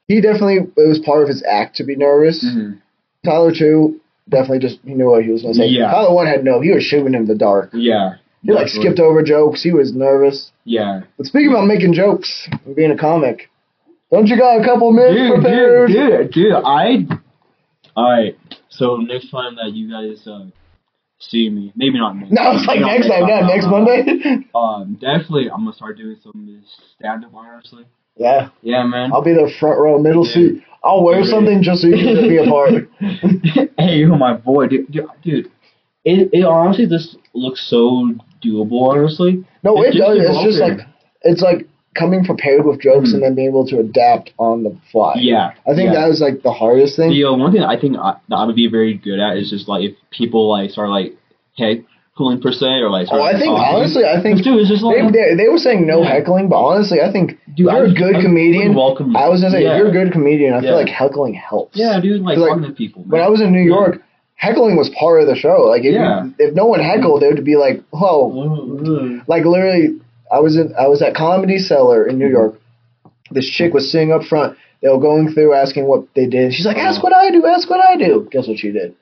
Speaker 1: he definitely it was part of his act to be nervous.
Speaker 2: Mhm.
Speaker 1: Tyler two definitely just he knew what he was gonna say.
Speaker 2: Yeah.
Speaker 1: Tyler one had no, he was shooting in the dark.
Speaker 2: Yeah.
Speaker 1: He like
Speaker 2: Definitely.
Speaker 1: skipped over jokes. He was nervous.
Speaker 2: Yeah.
Speaker 1: But speaking about making jokes and being a comic, don't you got a couple minutes
Speaker 2: Dude,
Speaker 1: prepared?
Speaker 2: dude, dude, dude, I. All right. So next time that you guys uh, see me. Maybe not next.
Speaker 1: No, it's like
Speaker 2: maybe
Speaker 1: next time, yeah, next
Speaker 2: uh,
Speaker 1: Monday.
Speaker 2: Um, definitely, I'm gonna start doing some of this stand-up. Honestly,
Speaker 1: yeah,
Speaker 2: yeah, man.
Speaker 1: I'll be the front row, middle
Speaker 2: Yeah.
Speaker 1: seat. I'll wear
Speaker 2: Yeah.
Speaker 1: something just so you can rip me apart.
Speaker 2: hey, you're my boy, dude. dude, dude, it, it honestly just looks so doable. Honestly,
Speaker 1: No,
Speaker 2: It's
Speaker 1: it
Speaker 2: just
Speaker 1: does. It's just
Speaker 2: evolving.
Speaker 1: like it's like coming prepared with jokes
Speaker 2: Hmm.
Speaker 1: and then being able to adapt on the fly.
Speaker 2: yeah.
Speaker 1: I think
Speaker 2: yeah.
Speaker 1: that was like the hardest thing.
Speaker 2: The uh, one thing I think I, that I would be very good at is just like if people like start like head pulling per se or like. Start,
Speaker 1: Oh, I
Speaker 2: like,
Speaker 1: think
Speaker 2: talking.
Speaker 1: honestly, I think
Speaker 2: dude, it's just
Speaker 1: they,
Speaker 2: like
Speaker 1: they, they were saying no
Speaker 2: Yeah.
Speaker 1: heckling, but honestly, I think
Speaker 2: dude,
Speaker 1: you're a good
Speaker 2: I
Speaker 1: comedian.
Speaker 2: would Welcome.
Speaker 1: I was gonna say
Speaker 2: yeah.
Speaker 1: if you're a good comedian. I
Speaker 2: Hmm. Yeah.
Speaker 1: feel like heckling helps.
Speaker 2: Yeah, dude, like,
Speaker 1: Like,
Speaker 2: talking to people.
Speaker 1: When
Speaker 2: man.
Speaker 1: I was in New
Speaker 2: Yeah.
Speaker 1: York, heckling was part of the show. Like if you-
Speaker 2: Yeah.
Speaker 1: if no one heckled, they would be like, "Whoa!" Like literally, I was in I was at Comedy Cellar in New York. This chick was sitting up front. They were going through asking what they did. She's like, "Ask what I do. Ask what I do." Guess what she did?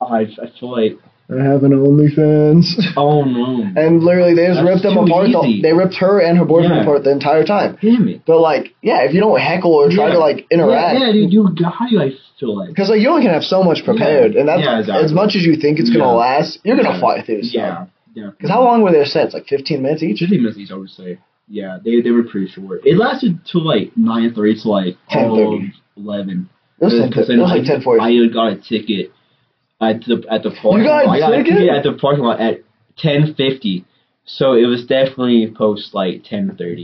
Speaker 2: I, I feel like
Speaker 1: I have an OnlyFans.
Speaker 2: oh no,
Speaker 1: And literally, they just
Speaker 2: That's
Speaker 1: ripped them
Speaker 2: too
Speaker 1: apart. the-
Speaker 2: easy.
Speaker 1: they ripped her and her boyfriend
Speaker 2: Yeah.
Speaker 1: apart the entire time.
Speaker 2: damn it.
Speaker 1: But like, yeah, if you don't heckle or try
Speaker 2: Yeah.
Speaker 1: to like
Speaker 2: Yeah,
Speaker 1: interact,
Speaker 2: yeah, dude, you how do you like feel like?
Speaker 1: because like you only can have so much prepared,
Speaker 2: Yeah.
Speaker 1: and that's
Speaker 2: Yeah, exactly.
Speaker 1: as much as you think it's gonna
Speaker 2: Yeah.
Speaker 1: last, you're gonna
Speaker 2: Yeah.
Speaker 1: fly through.
Speaker 2: Yeah, yeah.
Speaker 1: Because how long were their sets? Like 15 minutes each.
Speaker 2: Fifty minutes each, I would say. Yeah, they they were pretty short. It lasted till like nine thirty to like
Speaker 1: 10:30.
Speaker 2: 12, 11.
Speaker 1: It was, like,
Speaker 2: Because
Speaker 1: it
Speaker 2: then
Speaker 1: was like 10:40.
Speaker 2: I got a ticket at the at the parking
Speaker 1: got a
Speaker 2: lot. I got
Speaker 1: ticket?
Speaker 2: a ticket at the parking lot at ten fifty. So it was definitely post like ten thirty.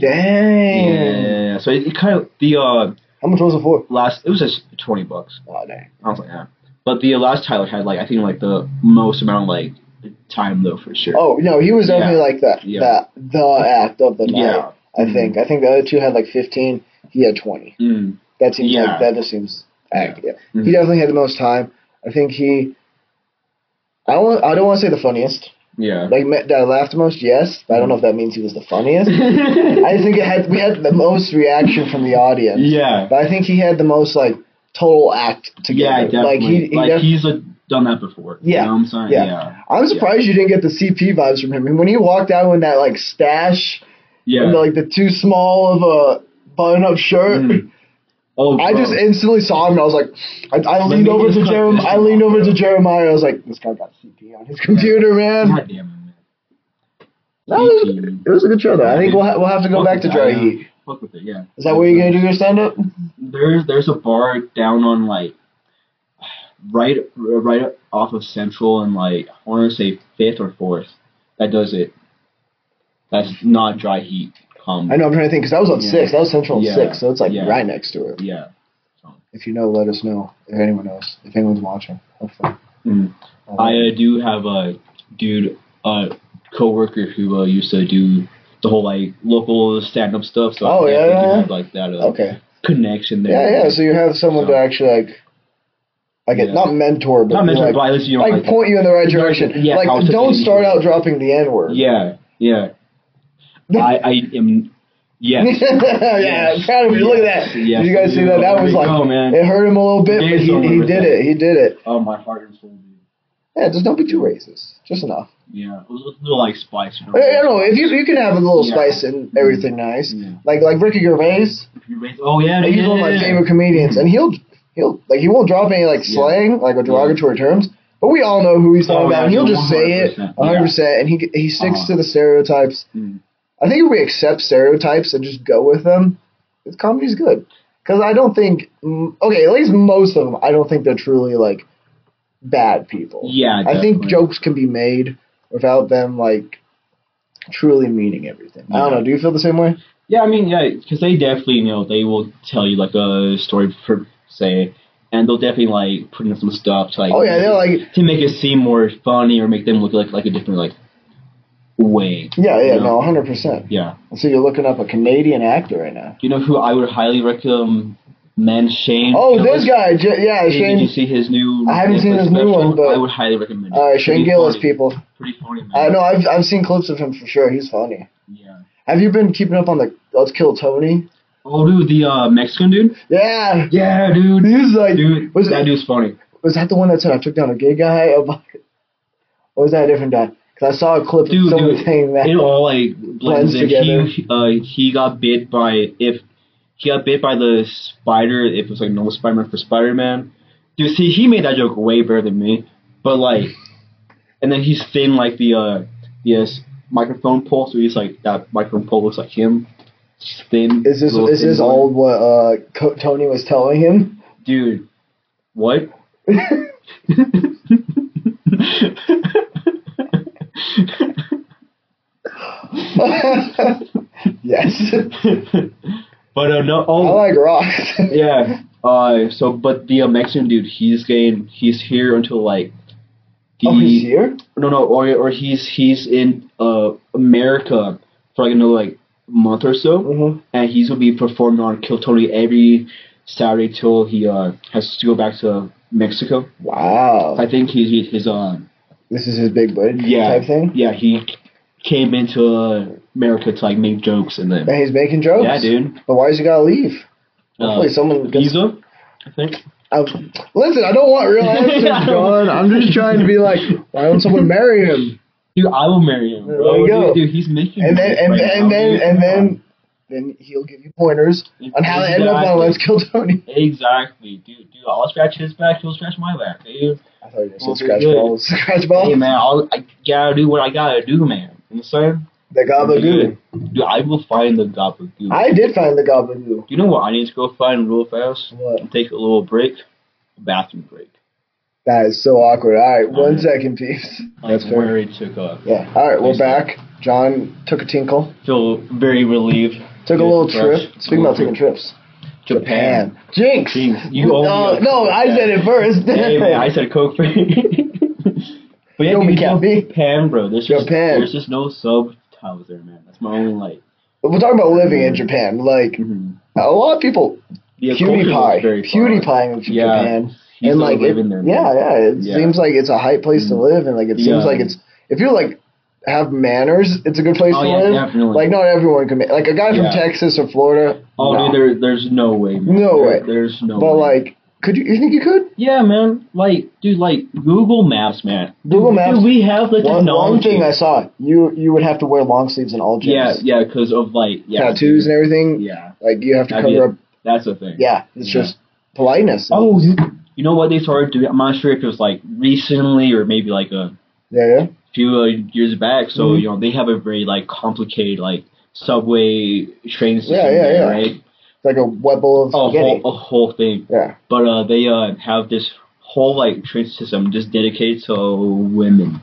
Speaker 1: Dang.
Speaker 2: Yeah. So it, it kind of the uh
Speaker 1: How much was it for?
Speaker 2: last it was just twenty bucks.
Speaker 1: Oh dang.
Speaker 2: I was like, yeah. But the last Tyler had like I think like the most amount of like time though for sure.
Speaker 1: Oh no, he was
Speaker 2: Yeah.
Speaker 1: definitely like that.
Speaker 2: Yeah.
Speaker 1: That the act of the night.
Speaker 2: yeah.
Speaker 1: I think. I think the other two had like 15. He had 20.
Speaker 2: Mm.
Speaker 1: That seems
Speaker 2: Yeah.
Speaker 1: like that just seems accurate.
Speaker 2: Mhm.
Speaker 1: He definitely had the most time. I think he. I don't. want- I don't want to say the funniest.
Speaker 2: Yeah.
Speaker 1: Like me- that I laughed the most. Yes, but I don't know if that means he was the funniest. I just think it had we had the most reaction from the audience.
Speaker 2: yeah.
Speaker 1: But I think he had the most like total act
Speaker 2: Yeah,
Speaker 1: together.
Speaker 2: definitely.
Speaker 1: Like he. he def-
Speaker 2: he's a, done that before.
Speaker 1: Yeah.
Speaker 2: You know what I'm saying?
Speaker 1: Yeah.
Speaker 2: Yeah.
Speaker 1: I'm surprised you didn't get the CP vibes from him. And when he walked out in that like stash
Speaker 2: Yeah.
Speaker 1: and like the too small of a button-up shirt.
Speaker 2: Mm. Oh,
Speaker 1: I
Speaker 2: bro.
Speaker 1: just instantly saw him and I was like, I, I
Speaker 2: Let
Speaker 1: leaned
Speaker 2: me
Speaker 1: over
Speaker 2: just
Speaker 1: to
Speaker 2: cut
Speaker 1: Jeremiah.
Speaker 2: this
Speaker 1: I leaned
Speaker 2: off,
Speaker 1: over to
Speaker 2: bro.
Speaker 1: Jeremiah. I was like, this guy got CP on his computer, man.
Speaker 2: God damn it, man.
Speaker 1: That was, it was a good show though. I think we'll ha- we'll have to go
Speaker 2: Fuck
Speaker 1: back to
Speaker 2: with
Speaker 1: dry
Speaker 2: that,
Speaker 1: heat.
Speaker 2: Fuck with it, yeah.
Speaker 1: Is that where you're gonna do your stand up?
Speaker 2: There's there's a bar down on like right right off of Central and like I want to say fifth or fourth that does it. That's not dry heat comedy.
Speaker 1: I know I'm trying to think because that was on
Speaker 2: Yeah.
Speaker 1: six. That was Central on
Speaker 2: Yeah.
Speaker 1: six, so it's like
Speaker 2: Yeah.
Speaker 1: right next to it.
Speaker 2: Yeah.
Speaker 1: If you know, let us know. If anyone knows, if anyone's watching, hopefully. Um,
Speaker 2: Mm. I uh, do have a dude, a coworker who uh, used to do the whole like local stand up stuff. So
Speaker 1: Oh,
Speaker 2: I
Speaker 1: yeah,
Speaker 2: definitely
Speaker 1: yeah, yeah.
Speaker 2: have like that uh,
Speaker 1: okay.
Speaker 2: connection there.
Speaker 1: Yeah, yeah. So you have someone
Speaker 2: So-
Speaker 1: to actually like, like it,
Speaker 2: Yeah.
Speaker 1: not mentor, but
Speaker 2: Not
Speaker 1: be
Speaker 2: mentioned,
Speaker 1: like,
Speaker 2: but at least you know,
Speaker 1: like,
Speaker 2: like,
Speaker 1: point you in the right
Speaker 2: Yeah,
Speaker 1: direction.
Speaker 2: yeah, how
Speaker 1: like
Speaker 2: to
Speaker 1: don't
Speaker 2: be.
Speaker 1: start out dropping the N word.
Speaker 2: yeah, yeah. I, I am. Yes.
Speaker 1: yeah,
Speaker 2: Yes.
Speaker 1: proud of you. Look at that.
Speaker 2: Yes.
Speaker 1: Did you guys see that? That
Speaker 2: There
Speaker 1: was
Speaker 2: we
Speaker 1: like
Speaker 2: go, man.
Speaker 1: it hurt him a little bit, but
Speaker 2: Days
Speaker 1: he,
Speaker 2: over
Speaker 1: he
Speaker 2: with
Speaker 1: did
Speaker 2: that.
Speaker 1: it. He did it.
Speaker 2: Oh, my heart is full. Dude.
Speaker 1: Yeah, just don't be too racist. Just enough.
Speaker 2: Yeah, it was a little like spice. You know?
Speaker 1: I, I don't know if you you can have a little
Speaker 2: Yeah.
Speaker 1: spice and everything nice,
Speaker 2: Yeah.
Speaker 1: like like Ricky Gervais.
Speaker 2: If you raise- Oh yeah,
Speaker 1: He's
Speaker 2: yeah,
Speaker 1: one of my
Speaker 2: yeah,
Speaker 1: favorite comedians, and he'll he'll like he won't drop any like
Speaker 2: Yeah.
Speaker 1: slang like or derogatory terms. But we all know who he's talking
Speaker 2: Oh,
Speaker 1: about.
Speaker 2: yeah,
Speaker 1: and he'll
Speaker 2: dude,
Speaker 1: just say it
Speaker 2: 100%.
Speaker 1: 100, percent and he he sticks
Speaker 2: Uh-huh.
Speaker 1: to the stereotypes.
Speaker 2: Mm.
Speaker 1: I think if we accept stereotypes and just go with them, this comedy's good. Because I don't think, mm, okay, at least most of them, I don't think they're truly like bad people.
Speaker 2: Yeah,
Speaker 1: I think
Speaker 2: definitely.
Speaker 1: jokes can be made without them like truly meaning everything. I don't
Speaker 2: Yeah.
Speaker 1: know. Do you feel the same way?
Speaker 2: Yeah, I mean, yeah, because they definitely, you know, they will tell you like a story per se, and they'll definitely like put in some stuff to like,
Speaker 1: Oh yeah, they're like,
Speaker 2: to make it seem more funny or make them look like like a different like way.
Speaker 1: yeah, yeah,
Speaker 2: Yeah.
Speaker 1: no, hundred percent.
Speaker 2: Yeah,
Speaker 1: So you're looking up a Canadian actor right now.
Speaker 2: you know who I would highly recommend, man, Shane.
Speaker 1: Oh,
Speaker 2: Gillis.
Speaker 1: this guy, J- yeah,
Speaker 2: Did you
Speaker 1: Shane.
Speaker 2: see his new?
Speaker 1: I haven't seen
Speaker 2: Netflix
Speaker 1: his new
Speaker 2: special?
Speaker 1: one, but-
Speaker 2: I would highly recommend it.
Speaker 1: All right, Shane
Speaker 2: Pretty
Speaker 1: Gillis,
Speaker 2: funny.
Speaker 1: people.
Speaker 2: Pretty funny, man.
Speaker 1: I know I've I've seen clips of him for sure. He's funny.
Speaker 2: Yeah.
Speaker 1: Have you been keeping up on the Let's Kill Tony?
Speaker 2: Oh, dude, the uh, Mexican dude.
Speaker 1: Yeah.
Speaker 2: Yeah, dude.
Speaker 1: He was like,
Speaker 2: Dude,
Speaker 1: was,
Speaker 2: that dude's funny.
Speaker 1: was that the one that said I took down a gay guy? Or was that a different guy? Because I saw a clip
Speaker 2: Dude,
Speaker 1: of someone
Speaker 2: dude,
Speaker 1: saying that.
Speaker 2: it all like blends,
Speaker 1: Blends
Speaker 2: in.
Speaker 1: together.
Speaker 2: He uh, he got bit by if he got bit by the spider. If it was like normal Spider Man for Spider Man, dude. See, he made that joke way better than me. But like, and then he's thin like the uh the uh, microphone pole, so he's like that microphone pole looks like him. He's thin.
Speaker 1: Is this
Speaker 2: little
Speaker 1: is
Speaker 2: thin
Speaker 1: this
Speaker 2: one.
Speaker 1: all what uh, Co- Tony was telling him?
Speaker 2: dude? What?
Speaker 1: yes,
Speaker 2: but uh, no,
Speaker 1: I
Speaker 2: oh
Speaker 1: like rock.
Speaker 2: yeah. Uh, so but the uh, Mexican dude, he's getting he's here until like the
Speaker 1: Oh, he's here.
Speaker 2: no no or or he's he's in uh America for like another like month or so.
Speaker 1: hmm
Speaker 2: and he's gonna be performing on Kill Tony every Saturday till he uh has to go back to Mexico.
Speaker 1: Wow,
Speaker 2: I think he's his um
Speaker 1: this is his big break
Speaker 2: Yeah.
Speaker 1: type thing.
Speaker 2: yeah he came into uh, America to like make jokes and then
Speaker 1: And he's making jokes.
Speaker 2: yeah dude
Speaker 1: But why is he gotta leave?
Speaker 2: uh,
Speaker 1: Hopefully, someone gets
Speaker 2: visa I think
Speaker 1: i listen, I don't want real answers, John. I'm just trying to be like, why don't someone marry him?
Speaker 2: dude I will marry him
Speaker 1: There
Speaker 2: bro
Speaker 1: we go.
Speaker 2: dude, dude, he's making
Speaker 1: And then,
Speaker 2: music
Speaker 1: and,
Speaker 2: right now,
Speaker 1: and then,
Speaker 2: dude.
Speaker 1: and then, then he'll give you pointers on how to end up on Let's Kill Tony.
Speaker 2: Exactly, dude. Dude, I'll scratch his back. He'll scratch my back, dude.
Speaker 1: I thought you were going to
Speaker 2: Well,
Speaker 1: say scratch
Speaker 2: good.
Speaker 1: balls. Scratch
Speaker 2: Hey,
Speaker 1: balls?
Speaker 2: man, I'll, I gotta do what I gotta do, man. You know what I'm saying?
Speaker 1: The Gabagool.
Speaker 2: Dude, I will find the Gabagool.
Speaker 1: I did find the Gabagool.
Speaker 2: You know what I need to go find real fast?
Speaker 1: What?
Speaker 2: Take a little break, a bathroom break.
Speaker 1: That is so awkward. All right,
Speaker 2: All
Speaker 1: one
Speaker 2: right.
Speaker 1: second, peeps. That's
Speaker 2: like,
Speaker 1: fair.
Speaker 2: where it took off.
Speaker 1: Yeah. All right, we're
Speaker 2: Nice.
Speaker 1: back. John took a tinkle,
Speaker 2: Feel very relieved.
Speaker 1: took a
Speaker 2: Yeah,
Speaker 1: little
Speaker 2: fresh.
Speaker 1: trip. Speaking about
Speaker 2: Little
Speaker 1: taking trips,
Speaker 2: Japan.
Speaker 1: Japan. Jinx.
Speaker 2: Jinx, you
Speaker 1: Oh,
Speaker 2: only-
Speaker 1: no, I said it first.
Speaker 2: hey man, I said Coke free. but yeah,
Speaker 1: Yo,
Speaker 2: dude,
Speaker 1: we can't be.
Speaker 2: Japan, bro. There's just
Speaker 1: Japan.
Speaker 2: there's just no subtitles there, man. That's my only like.
Speaker 1: We're talking about living in Japan. Like,
Speaker 2: Mm-hmm.
Speaker 1: a lot of people
Speaker 2: Yeah,
Speaker 1: PewDiePie, PewDiePie in
Speaker 2: Yeah.
Speaker 1: Japan,
Speaker 2: He's
Speaker 1: and like,
Speaker 2: living
Speaker 1: it-
Speaker 2: there.
Speaker 1: yeah,
Speaker 2: man.
Speaker 1: yeah, it
Speaker 2: Yeah.
Speaker 1: seems like it's a hype place to
Speaker 2: Mhm.
Speaker 1: live, and like it seems
Speaker 2: Yeah.
Speaker 1: like it's if you like have manners, it's a good place
Speaker 2: Oh
Speaker 1: to
Speaker 2: yeah,
Speaker 1: live.
Speaker 2: definitely.
Speaker 1: Like not everyone can, ma- like a guy from
Speaker 2: Yeah.
Speaker 1: Texas or Florida.
Speaker 2: oh,
Speaker 1: nah.
Speaker 2: dude, there, there's no way. Man.
Speaker 1: No
Speaker 2: There-
Speaker 1: way.
Speaker 2: There's no.
Speaker 1: but
Speaker 2: way.
Speaker 1: like, could you? You think you could?
Speaker 2: Yeah, man. Like, dude, like Google Maps, man.
Speaker 1: Google
Speaker 2: Dude,
Speaker 1: Maps-
Speaker 2: we have the
Speaker 1: One,
Speaker 2: technology.
Speaker 1: one thing I saw, you you would have to wear long sleeves in all gyms,
Speaker 2: yeah, yeah, because of like yeah,
Speaker 1: tattoos and everything.
Speaker 2: Yeah,
Speaker 1: Like you have to
Speaker 2: That'd
Speaker 1: cover
Speaker 2: be
Speaker 1: up.
Speaker 2: that's the thing.
Speaker 1: Yeah, it's
Speaker 2: Yeah.
Speaker 1: just politeness.
Speaker 2: Oh, you, you know what they started doing? I'm not sure if it was like recently or maybe like a
Speaker 1: Yeah, yeah.
Speaker 2: few uh, years back. So
Speaker 1: Mhm.
Speaker 2: you know they have a very like complicated like subway train system,
Speaker 1: Yeah, yeah,
Speaker 2: there,
Speaker 1: yeah.
Speaker 2: right?
Speaker 1: It's like a web of
Speaker 2: A
Speaker 1: spaghetti.
Speaker 2: Oh, whole, a whole thing.
Speaker 1: Yeah.
Speaker 2: But uh, they uh have this whole like train system just dedicated to women.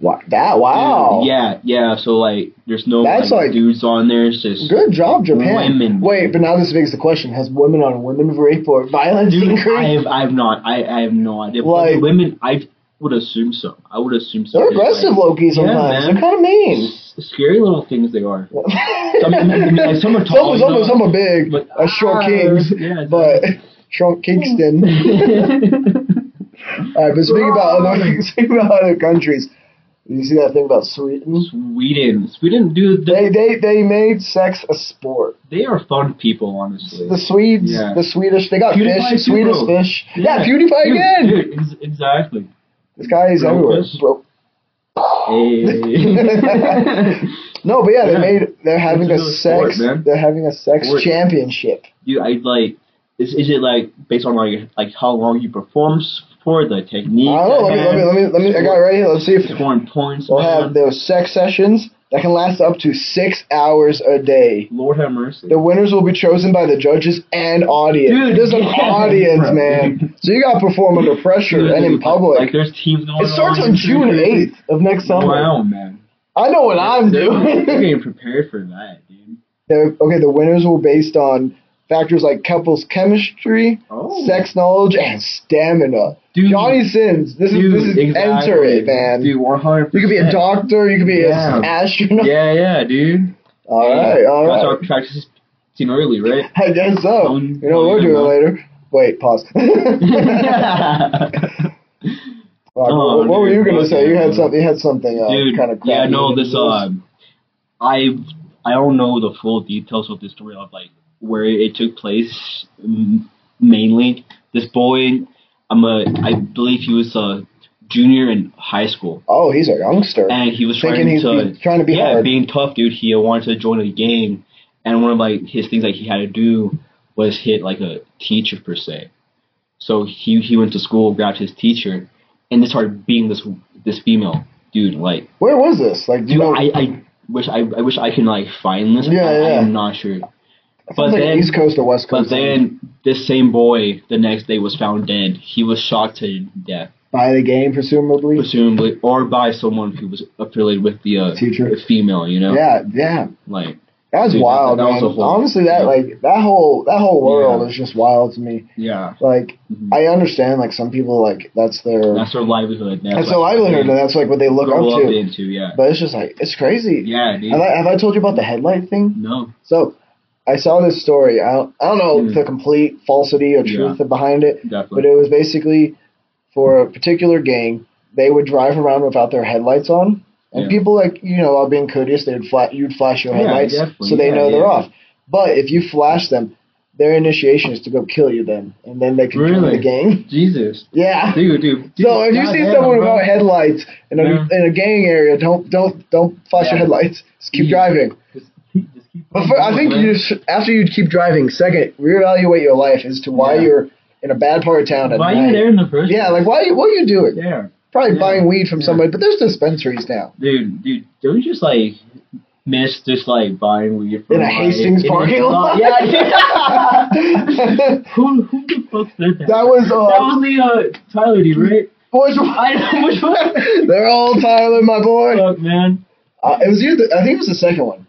Speaker 1: Wow. That wow.
Speaker 2: Yeah, yeah. So like, there's no
Speaker 1: That's like-
Speaker 2: dudes on there. It's just
Speaker 1: Good job, Japan.
Speaker 2: Women.
Speaker 1: Wait, but now this begs the question: Has women on women rape or violence
Speaker 2: Dude, I
Speaker 1: increased?
Speaker 2: have, I have not. I, I have no idea. But
Speaker 1: Like-
Speaker 2: the women, I would assume so. I would assume so.
Speaker 1: They're
Speaker 2: It's
Speaker 1: aggressive,
Speaker 2: Like,
Speaker 1: Loki.
Speaker 2: man.
Speaker 1: Sometimes they're kind of mean.
Speaker 2: s- scary little things they are.
Speaker 1: some,
Speaker 2: I mean, like, some are tall,
Speaker 1: some,
Speaker 2: you know,
Speaker 1: some are big,
Speaker 2: but-
Speaker 1: are short
Speaker 2: Ah,
Speaker 1: kings,
Speaker 2: yeah,
Speaker 1: but short Kingston. All right, but speaking about other speaking about other countries, you see that thing about Sweden?
Speaker 2: Sweden, Sweden, dude,
Speaker 1: They
Speaker 2: they,
Speaker 1: they they made sex a sport.
Speaker 2: they are fun people, honestly.
Speaker 1: The Swedes,
Speaker 2: Yeah.
Speaker 1: the Swedish, they got fish,
Speaker 2: PewDiePie too,
Speaker 1: Swedish
Speaker 2: bro.
Speaker 1: fish. Yeah, PewDiePie
Speaker 2: Dude,
Speaker 1: again.
Speaker 2: dude, ex- exactly.
Speaker 1: This guy is
Speaker 2: Bro
Speaker 1: everywhere.
Speaker 2: fish.
Speaker 1: Bro.
Speaker 2: Hey.
Speaker 1: No, but yeah, they
Speaker 2: Yeah.
Speaker 1: made they're having a
Speaker 2: It's a sport,
Speaker 1: sex
Speaker 2: man.
Speaker 1: they're having a sex
Speaker 2: Sport.
Speaker 1: championship.
Speaker 2: you I like is, is it like based on like like how long you perform for the technique?
Speaker 1: I don't know. Let me, let me let me let me I got it right here. Let's see if
Speaker 2: Scoring points.
Speaker 1: they'll have
Speaker 2: man.
Speaker 1: those sex sessions that can last up to six hours a day.
Speaker 2: Lord have mercy.
Speaker 1: The winners will be chosen by the judges and audience.
Speaker 2: Dude,
Speaker 1: There's an
Speaker 2: yeah,
Speaker 1: audience,
Speaker 2: bro.
Speaker 1: man. So you gotta perform under pressure
Speaker 2: Dude,
Speaker 1: and in
Speaker 2: like-
Speaker 1: public.
Speaker 2: Like there's teams going.
Speaker 1: it starts
Speaker 2: on
Speaker 1: on June eighth of next summer.
Speaker 2: Wow, man.
Speaker 1: I know what I'm
Speaker 2: They're-
Speaker 1: doing.
Speaker 2: They're getting prepared for that, dude.
Speaker 1: They're- okay, the winners were based on factors like couples chemistry,
Speaker 2: Oh,
Speaker 1: sex knowledge, and stamina.
Speaker 2: dude.
Speaker 1: Johnny Sins. This
Speaker 2: dude,
Speaker 1: is this is
Speaker 2: exactly.
Speaker 1: enter it, man.
Speaker 2: Dude, 100.
Speaker 1: You could be a doctor. You could be
Speaker 2: Yeah.
Speaker 1: an astronaut.
Speaker 2: Yeah, yeah, dude.
Speaker 1: All right, all
Speaker 2: That's our
Speaker 1: right.
Speaker 2: practice team early, right?
Speaker 1: I guess so.
Speaker 2: Don't-
Speaker 1: You know what we're
Speaker 2: don't
Speaker 1: doing
Speaker 2: even know.
Speaker 1: later. Wait, pause. Fuck,
Speaker 2: Oh,
Speaker 1: what, what were
Speaker 2: dude,
Speaker 1: you gonna
Speaker 2: okay,
Speaker 1: say? You had
Speaker 2: dude.
Speaker 1: something. You had something uh,
Speaker 2: Dude,
Speaker 1: kind of.
Speaker 2: yeah, no, this um, I I don't know the full details of the story of like where it took place mm, mainly. This boy, I'm a, I believe he was a junior in high school,
Speaker 1: Oh, he's a youngster.
Speaker 2: and he was
Speaker 1: Thinking
Speaker 2: trying
Speaker 1: he's
Speaker 2: to
Speaker 1: be- trying to be
Speaker 2: yeah,
Speaker 1: hard.
Speaker 2: being tough, dude. He wanted to join a gang, and one of like his things that he had to do was hit like a teacher per se. So he he went to school, grabbed his teacher, and they started beating this this female dude. Like,
Speaker 1: Where was this? Like, do
Speaker 2: dude,
Speaker 1: you know,
Speaker 2: I, I wish I, I wish I can like find this.
Speaker 1: Yeah,
Speaker 2: I,
Speaker 1: yeah.
Speaker 2: I'm not sure.
Speaker 1: it
Speaker 2: but
Speaker 1: sounds like
Speaker 2: then-
Speaker 1: East Coast or West Coast.
Speaker 2: But then this same boy, the next day, was found dead. He was shot to death,
Speaker 1: by the game, presumably.
Speaker 2: presumably, or by someone who was affiliated with the uh,
Speaker 1: Teacher.
Speaker 2: female. You know,
Speaker 1: Yeah, yeah.
Speaker 2: like
Speaker 1: That was
Speaker 2: Dude, that-
Speaker 1: wild,
Speaker 2: that was
Speaker 1: man.
Speaker 2: a whole-
Speaker 1: Honestly, that
Speaker 2: yeah.
Speaker 1: like that whole that whole world
Speaker 2: Yeah.
Speaker 1: is just wild to me.
Speaker 2: yeah,
Speaker 1: Like,
Speaker 2: Mhm.
Speaker 1: I understand like some people like that's their
Speaker 2: that's their livelihood. That's,
Speaker 1: that's
Speaker 2: what
Speaker 1: their livelihood
Speaker 2: they
Speaker 1: and that's like what they look
Speaker 2: grow
Speaker 1: up
Speaker 2: up
Speaker 1: to.
Speaker 2: into. Yeah,
Speaker 1: But it's just like it's crazy.
Speaker 2: yeah, dude.
Speaker 1: Have I, have I told you about the headlight thing?
Speaker 2: no,
Speaker 1: So I saw this story. I don't, I don't know
Speaker 2: Mm.
Speaker 1: the complete falsity or
Speaker 2: Yeah.
Speaker 1: truth behind it,
Speaker 2: definitely.
Speaker 1: but it was basically for a particular gang, they would drive around without their headlights on. And
Speaker 2: Yeah.
Speaker 1: people like you know, are being courteous, they would fla- you'd flash your
Speaker 2: Yeah,
Speaker 1: headlights
Speaker 2: definitely.
Speaker 1: so they
Speaker 2: Yeah,
Speaker 1: know they're
Speaker 2: yeah.
Speaker 1: off. But if you flash them, their initiation is to go kill you then, and then they can join
Speaker 2: Really?
Speaker 1: the gang.
Speaker 2: Jesus,
Speaker 1: Yeah.
Speaker 2: dude, dude. dude
Speaker 1: So if you see someone without headlights in a,
Speaker 2: Yeah.
Speaker 1: in a gang area, don't don't don't flash your
Speaker 2: Yeah.
Speaker 1: headlights. Just keep
Speaker 2: Yeah.
Speaker 1: driving.
Speaker 2: just keep, just keep
Speaker 1: But fir- I think you should, after you keep driving, second, reevaluate your life as to why
Speaker 2: Yeah.
Speaker 1: you're in a bad part of town at
Speaker 2: Why are
Speaker 1: night.
Speaker 2: you there in the first?
Speaker 1: Yeah, like why? What are you doing?
Speaker 2: yeah.
Speaker 1: Probably
Speaker 2: Yeah.
Speaker 1: buying weed from
Speaker 2: Yeah.
Speaker 1: somebody, but there's dispensaries now.
Speaker 2: Dude, dude, don't you just like miss just like buying weed from
Speaker 1: In a
Speaker 2: like,
Speaker 1: Hastings
Speaker 2: in a-
Speaker 1: parking lot?
Speaker 2: Oh, Yeah, dude.
Speaker 1: that
Speaker 2: who who the fuck said that?
Speaker 1: was
Speaker 2: That
Speaker 1: uh,
Speaker 2: was the uh, Tyler dude, right?
Speaker 1: which
Speaker 2: I know which one.
Speaker 1: They're all Tyler, my boy.
Speaker 2: Fuck man,
Speaker 1: Uh, it was either I think it was the second one.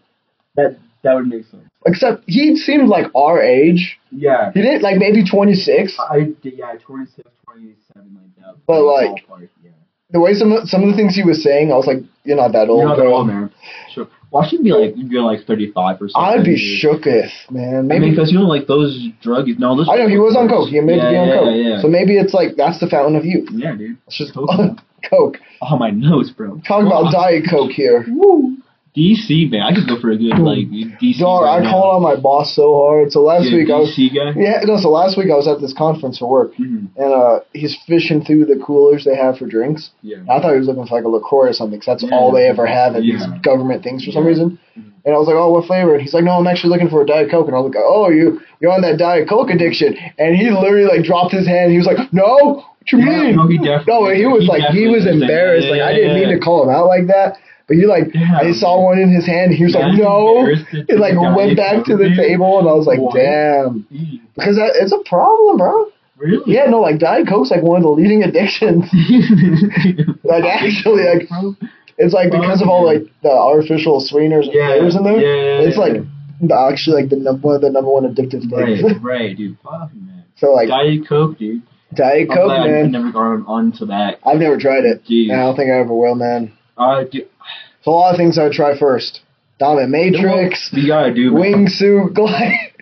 Speaker 2: that that would make sense.
Speaker 1: Except he seemed like our age.
Speaker 2: Yeah,
Speaker 1: He did like maybe 26.
Speaker 2: I yeah 26, 27 like that.
Speaker 1: But, like-
Speaker 2: Ballpark, yeah.
Speaker 1: The way some of- some of the things he was saying, I was like, you're not that old,
Speaker 2: You're not that
Speaker 1: girl.
Speaker 2: old, man. Sure. Why should be like you're like thirty five or something?
Speaker 1: I'd be
Speaker 2: dude.
Speaker 1: shooketh, man.
Speaker 2: I
Speaker 1: Maybe
Speaker 2: mean, because you know, like those drugs. No, those.
Speaker 1: I know he was on coke. He admitted
Speaker 2: yeah,
Speaker 1: to be on
Speaker 2: yeah,
Speaker 1: coke.
Speaker 2: Yeah, yeah.
Speaker 1: So maybe it's like that's the fountain of youth.
Speaker 2: yeah, dude.
Speaker 1: It's just
Speaker 2: Coke.
Speaker 1: coke.
Speaker 2: Oh my nose, bro.
Speaker 1: Talking about diet coke here.
Speaker 2: Woo. DC man, I could go for a good like DC.
Speaker 1: Dog, I
Speaker 2: right now.
Speaker 1: called on my boss so hard. So last
Speaker 2: You a
Speaker 1: week I was
Speaker 2: DC guy.
Speaker 1: yeah no. So last week I was at this conference for work,
Speaker 2: Mhm.
Speaker 1: and uh, he's fishing through the coolers they have for drinks.
Speaker 2: Yeah.
Speaker 1: I thought he was looking for like a liqueur or something, 'cause that's
Speaker 2: Yeah.
Speaker 1: all they ever have at
Speaker 2: Yeah.
Speaker 1: these government things for some
Speaker 2: Yeah.
Speaker 1: reason.
Speaker 2: Mhm.
Speaker 1: And I was like, "Oh, what flavor?" And he's like, "No, I'm actually looking for a diet coke." And I was like, "Oh, you you're on that diet coke addiction?" And he literally like dropped his hand. He was like, "No, what you
Speaker 2: Yeah,
Speaker 1: mean?"
Speaker 2: no, he definitely-
Speaker 1: No, he was
Speaker 2: he
Speaker 1: like he
Speaker 2: definitely
Speaker 1: was
Speaker 2: was like,
Speaker 1: embarrassed.
Speaker 2: yeah,
Speaker 1: Like I
Speaker 2: yeah,
Speaker 1: didn't
Speaker 2: yeah.
Speaker 1: mean to call him out like that, but he like
Speaker 2: Yeah.
Speaker 1: I saw one in his hand. He was
Speaker 2: Yeah,
Speaker 1: like,
Speaker 2: I'm
Speaker 1: "No."
Speaker 2: embarrassed that
Speaker 1: He like
Speaker 2: you
Speaker 1: went
Speaker 2: died
Speaker 1: back to
Speaker 2: coke,
Speaker 1: the
Speaker 2: dude.
Speaker 1: table, and I was like,
Speaker 2: What?
Speaker 1: "Damn,"
Speaker 2: Ew,
Speaker 1: because that, it's a problem, bro.
Speaker 2: Really?
Speaker 1: Yeah, no, like diet coke's like one of the leading addictions. Like, actually, like,
Speaker 2: Bro.
Speaker 1: It's like because of all like the artificial sweeteners and
Speaker 2: yeah,
Speaker 1: flavors in there.
Speaker 2: Yeah,
Speaker 1: it's like the, actually like the num- one of the number one addictive things.
Speaker 2: right, right, dude. Fuck man.
Speaker 1: so like
Speaker 2: Diet Coke, dude.
Speaker 1: diet
Speaker 2: I'm
Speaker 1: coke,
Speaker 2: glad I've
Speaker 1: man.
Speaker 2: never gone on to that.
Speaker 1: I've never tried it.
Speaker 2: Jeez.
Speaker 1: and I don't think I ever will, man.
Speaker 2: Uh, dude,
Speaker 1: There's a lot of things I would try first. Dominant Matrix,
Speaker 2: we gotta do. man.
Speaker 1: wingsuit, glide.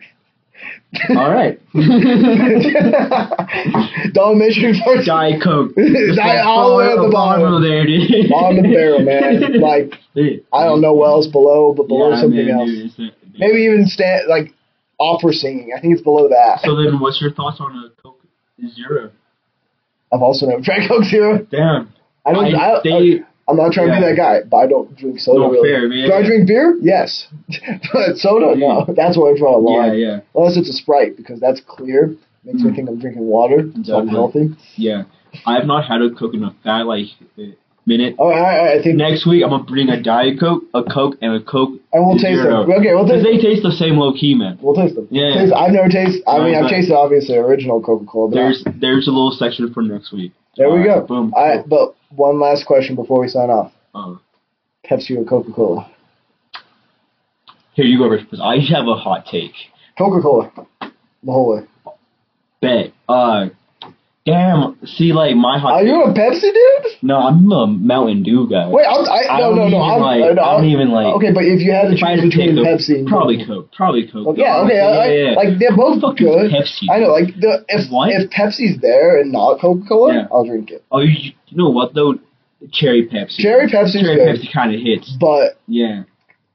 Speaker 2: All right.
Speaker 1: Dominant Matrix first.
Speaker 2: Diet Coke.
Speaker 1: Diet all the way at the
Speaker 2: of
Speaker 1: bottom.
Speaker 2: there, dude.
Speaker 1: Bottom of the barrel, man. Like
Speaker 2: Dude.
Speaker 1: I don't know what else below, but below
Speaker 2: Yeah,
Speaker 1: something
Speaker 2: man,
Speaker 1: else.
Speaker 2: dude, it's a- dude.
Speaker 1: Maybe even stand like opera singing. I think it's below that.
Speaker 2: So then, what's your thoughts on a Coke Zero?
Speaker 1: I've also never drank Coke Zero.
Speaker 2: Damn.
Speaker 1: I don't. I,
Speaker 2: they,
Speaker 1: I'm not trying to be
Speaker 2: Yeah.
Speaker 1: that guy, but I don't drink soda.
Speaker 2: no
Speaker 1: really.
Speaker 2: fair, man.
Speaker 1: Do I drink beer? Yes, but soda, no. That's where I draw a
Speaker 2: Yeah,
Speaker 1: line.
Speaker 2: yeah,
Speaker 1: Unless it's a Sprite because that's clear. Makes me
Speaker 2: Mm.
Speaker 1: think I'm drinking water. It's
Speaker 2: Exactly.
Speaker 1: unhealthy.
Speaker 2: yeah. I have not had a Coke in a fat like eh, minute.
Speaker 1: All right, all right, all right, I think,
Speaker 2: Next week, I'm gonna bring a Diet Coke, a Coke, and a Coke.
Speaker 1: and we'll taste
Speaker 2: Zero.
Speaker 1: them. Okay, we'll taste.
Speaker 2: Cause they taste the same low key, man.
Speaker 1: We'll taste them.
Speaker 2: Yeah.
Speaker 1: Taste- I've never tasted. I mean,
Speaker 2: Right,
Speaker 1: I've
Speaker 2: right.
Speaker 1: tasted obviously original Coca-Cola. But
Speaker 2: There's there's a little section for next week.
Speaker 1: there we go.
Speaker 2: Alright, Boom.
Speaker 1: I, But one last question before we sign off:
Speaker 2: Uh,
Speaker 1: Pepsi or Coca-Cola?
Speaker 2: here you go, Rich. Because I have a hot take.
Speaker 1: Coca-Cola. The whole way.
Speaker 2: Bet. Uh, damn. See, like my hot.
Speaker 1: Are
Speaker 2: take,
Speaker 1: you a Pepsi dude?
Speaker 2: no, I'm a Mountain Dew guy.
Speaker 1: Wait, I'm, I,
Speaker 2: I
Speaker 1: no,
Speaker 2: don't
Speaker 1: no, no,
Speaker 2: even
Speaker 1: I'm,
Speaker 2: like-
Speaker 1: uh, no,
Speaker 2: I
Speaker 1: I'm-
Speaker 2: don't even like-
Speaker 1: Okay, but if you had to
Speaker 2: If I
Speaker 1: choose
Speaker 2: had to
Speaker 1: between
Speaker 2: take a-
Speaker 1: Pepsi, and
Speaker 2: Probably
Speaker 1: Coke.
Speaker 2: Coke. Probably Coke.
Speaker 1: Well, yeah, okay, I, I,
Speaker 2: yeah, yeah.
Speaker 1: like they're both
Speaker 2: fucking
Speaker 1: good.
Speaker 2: Pepsi.
Speaker 1: I know, like the if
Speaker 2: What?
Speaker 1: if Pepsi's there and not Coca Cola,
Speaker 2: Yeah.
Speaker 1: I'll drink it.
Speaker 2: Oh, you, you know what though? Cherry Pepsi.
Speaker 1: Cherry Pepsi's
Speaker 2: Cherry
Speaker 1: good,
Speaker 2: Pepsi kind of hits.
Speaker 1: but
Speaker 2: Yeah.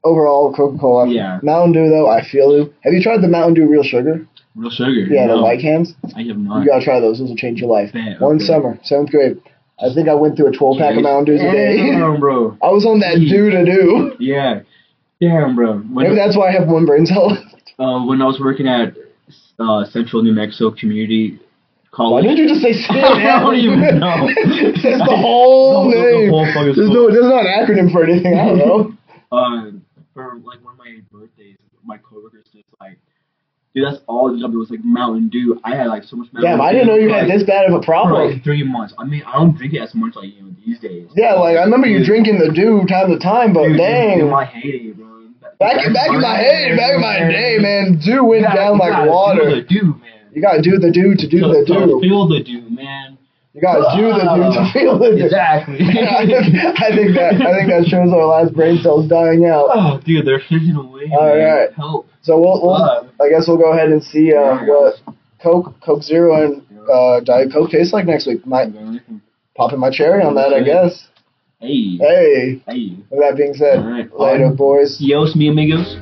Speaker 1: overall Coca Cola.
Speaker 2: Yeah.
Speaker 1: Mountain Dew though, I feel you. Have you tried the Mountain Dew Real Sugar?
Speaker 2: Real sugar.
Speaker 1: Yeah,
Speaker 2: no,
Speaker 1: the white cans.
Speaker 2: I have not.
Speaker 1: You gotta try those. Those will change your life.
Speaker 2: Bet,
Speaker 1: One
Speaker 2: okay.
Speaker 1: summer, seventh grade, I think I went through a twelve pack of Mountain Dews a day.
Speaker 2: Damn, bro.
Speaker 1: I was on that
Speaker 2: Jeez.
Speaker 1: do to do.
Speaker 2: Yeah. Damn, bro.
Speaker 1: Maybe
Speaker 2: When,
Speaker 1: that's why I have one brain cell.
Speaker 2: uh, when I was working at uh, Central New Mexico Community
Speaker 1: Why
Speaker 2: college.
Speaker 1: didn't you just say Stan?
Speaker 2: I don't even know.
Speaker 1: That's the whole
Speaker 2: The whole- the
Speaker 1: name.
Speaker 2: whole fucking
Speaker 1: there's no, there's not an acronym for anything. I don't know.
Speaker 2: um, for like one of my birthdays, my coworkers just like, dude, that's all the W was like Mountain Dew. I had like so much Mountain
Speaker 1: Damn,
Speaker 2: Dew.
Speaker 1: I didn't know you
Speaker 2: for,
Speaker 1: had
Speaker 2: like,
Speaker 1: this bad of a
Speaker 2: for
Speaker 1: problem.
Speaker 2: like three months. I mean, I don't drink it as much like you know these days.
Speaker 1: Yeah, like I remember you
Speaker 2: Dude,
Speaker 1: drinking the dew time to time, but
Speaker 2: dude,
Speaker 1: dang.
Speaker 2: in my heyday, bro.
Speaker 1: Back in, back in my head, back in my day, man, dew went down like
Speaker 2: Feel the
Speaker 1: water.
Speaker 2: dew, man.
Speaker 1: You gotta do the dew to do
Speaker 2: To-
Speaker 1: the
Speaker 2: to
Speaker 1: dew.
Speaker 2: Feel the dew, man.
Speaker 1: You gotta do the dew to feel the dew.
Speaker 2: Exactly.
Speaker 1: I think that I think that shows our last brain cells dying out.
Speaker 2: Oh, dude, they're fishing away.
Speaker 1: All
Speaker 2: man.
Speaker 1: right.
Speaker 2: Help.
Speaker 1: So we'll, we'll
Speaker 2: Uh,
Speaker 1: I guess we'll go ahead and see uh, what Coke, Coke Zero, and uh, Diet Coke tastes like next week. Might popping my cherry on that, I guess.
Speaker 2: Hey.
Speaker 1: Hey.
Speaker 2: Hey.
Speaker 1: With that being said,
Speaker 2: All right.
Speaker 1: later, boys.
Speaker 2: Yos, mi amigos.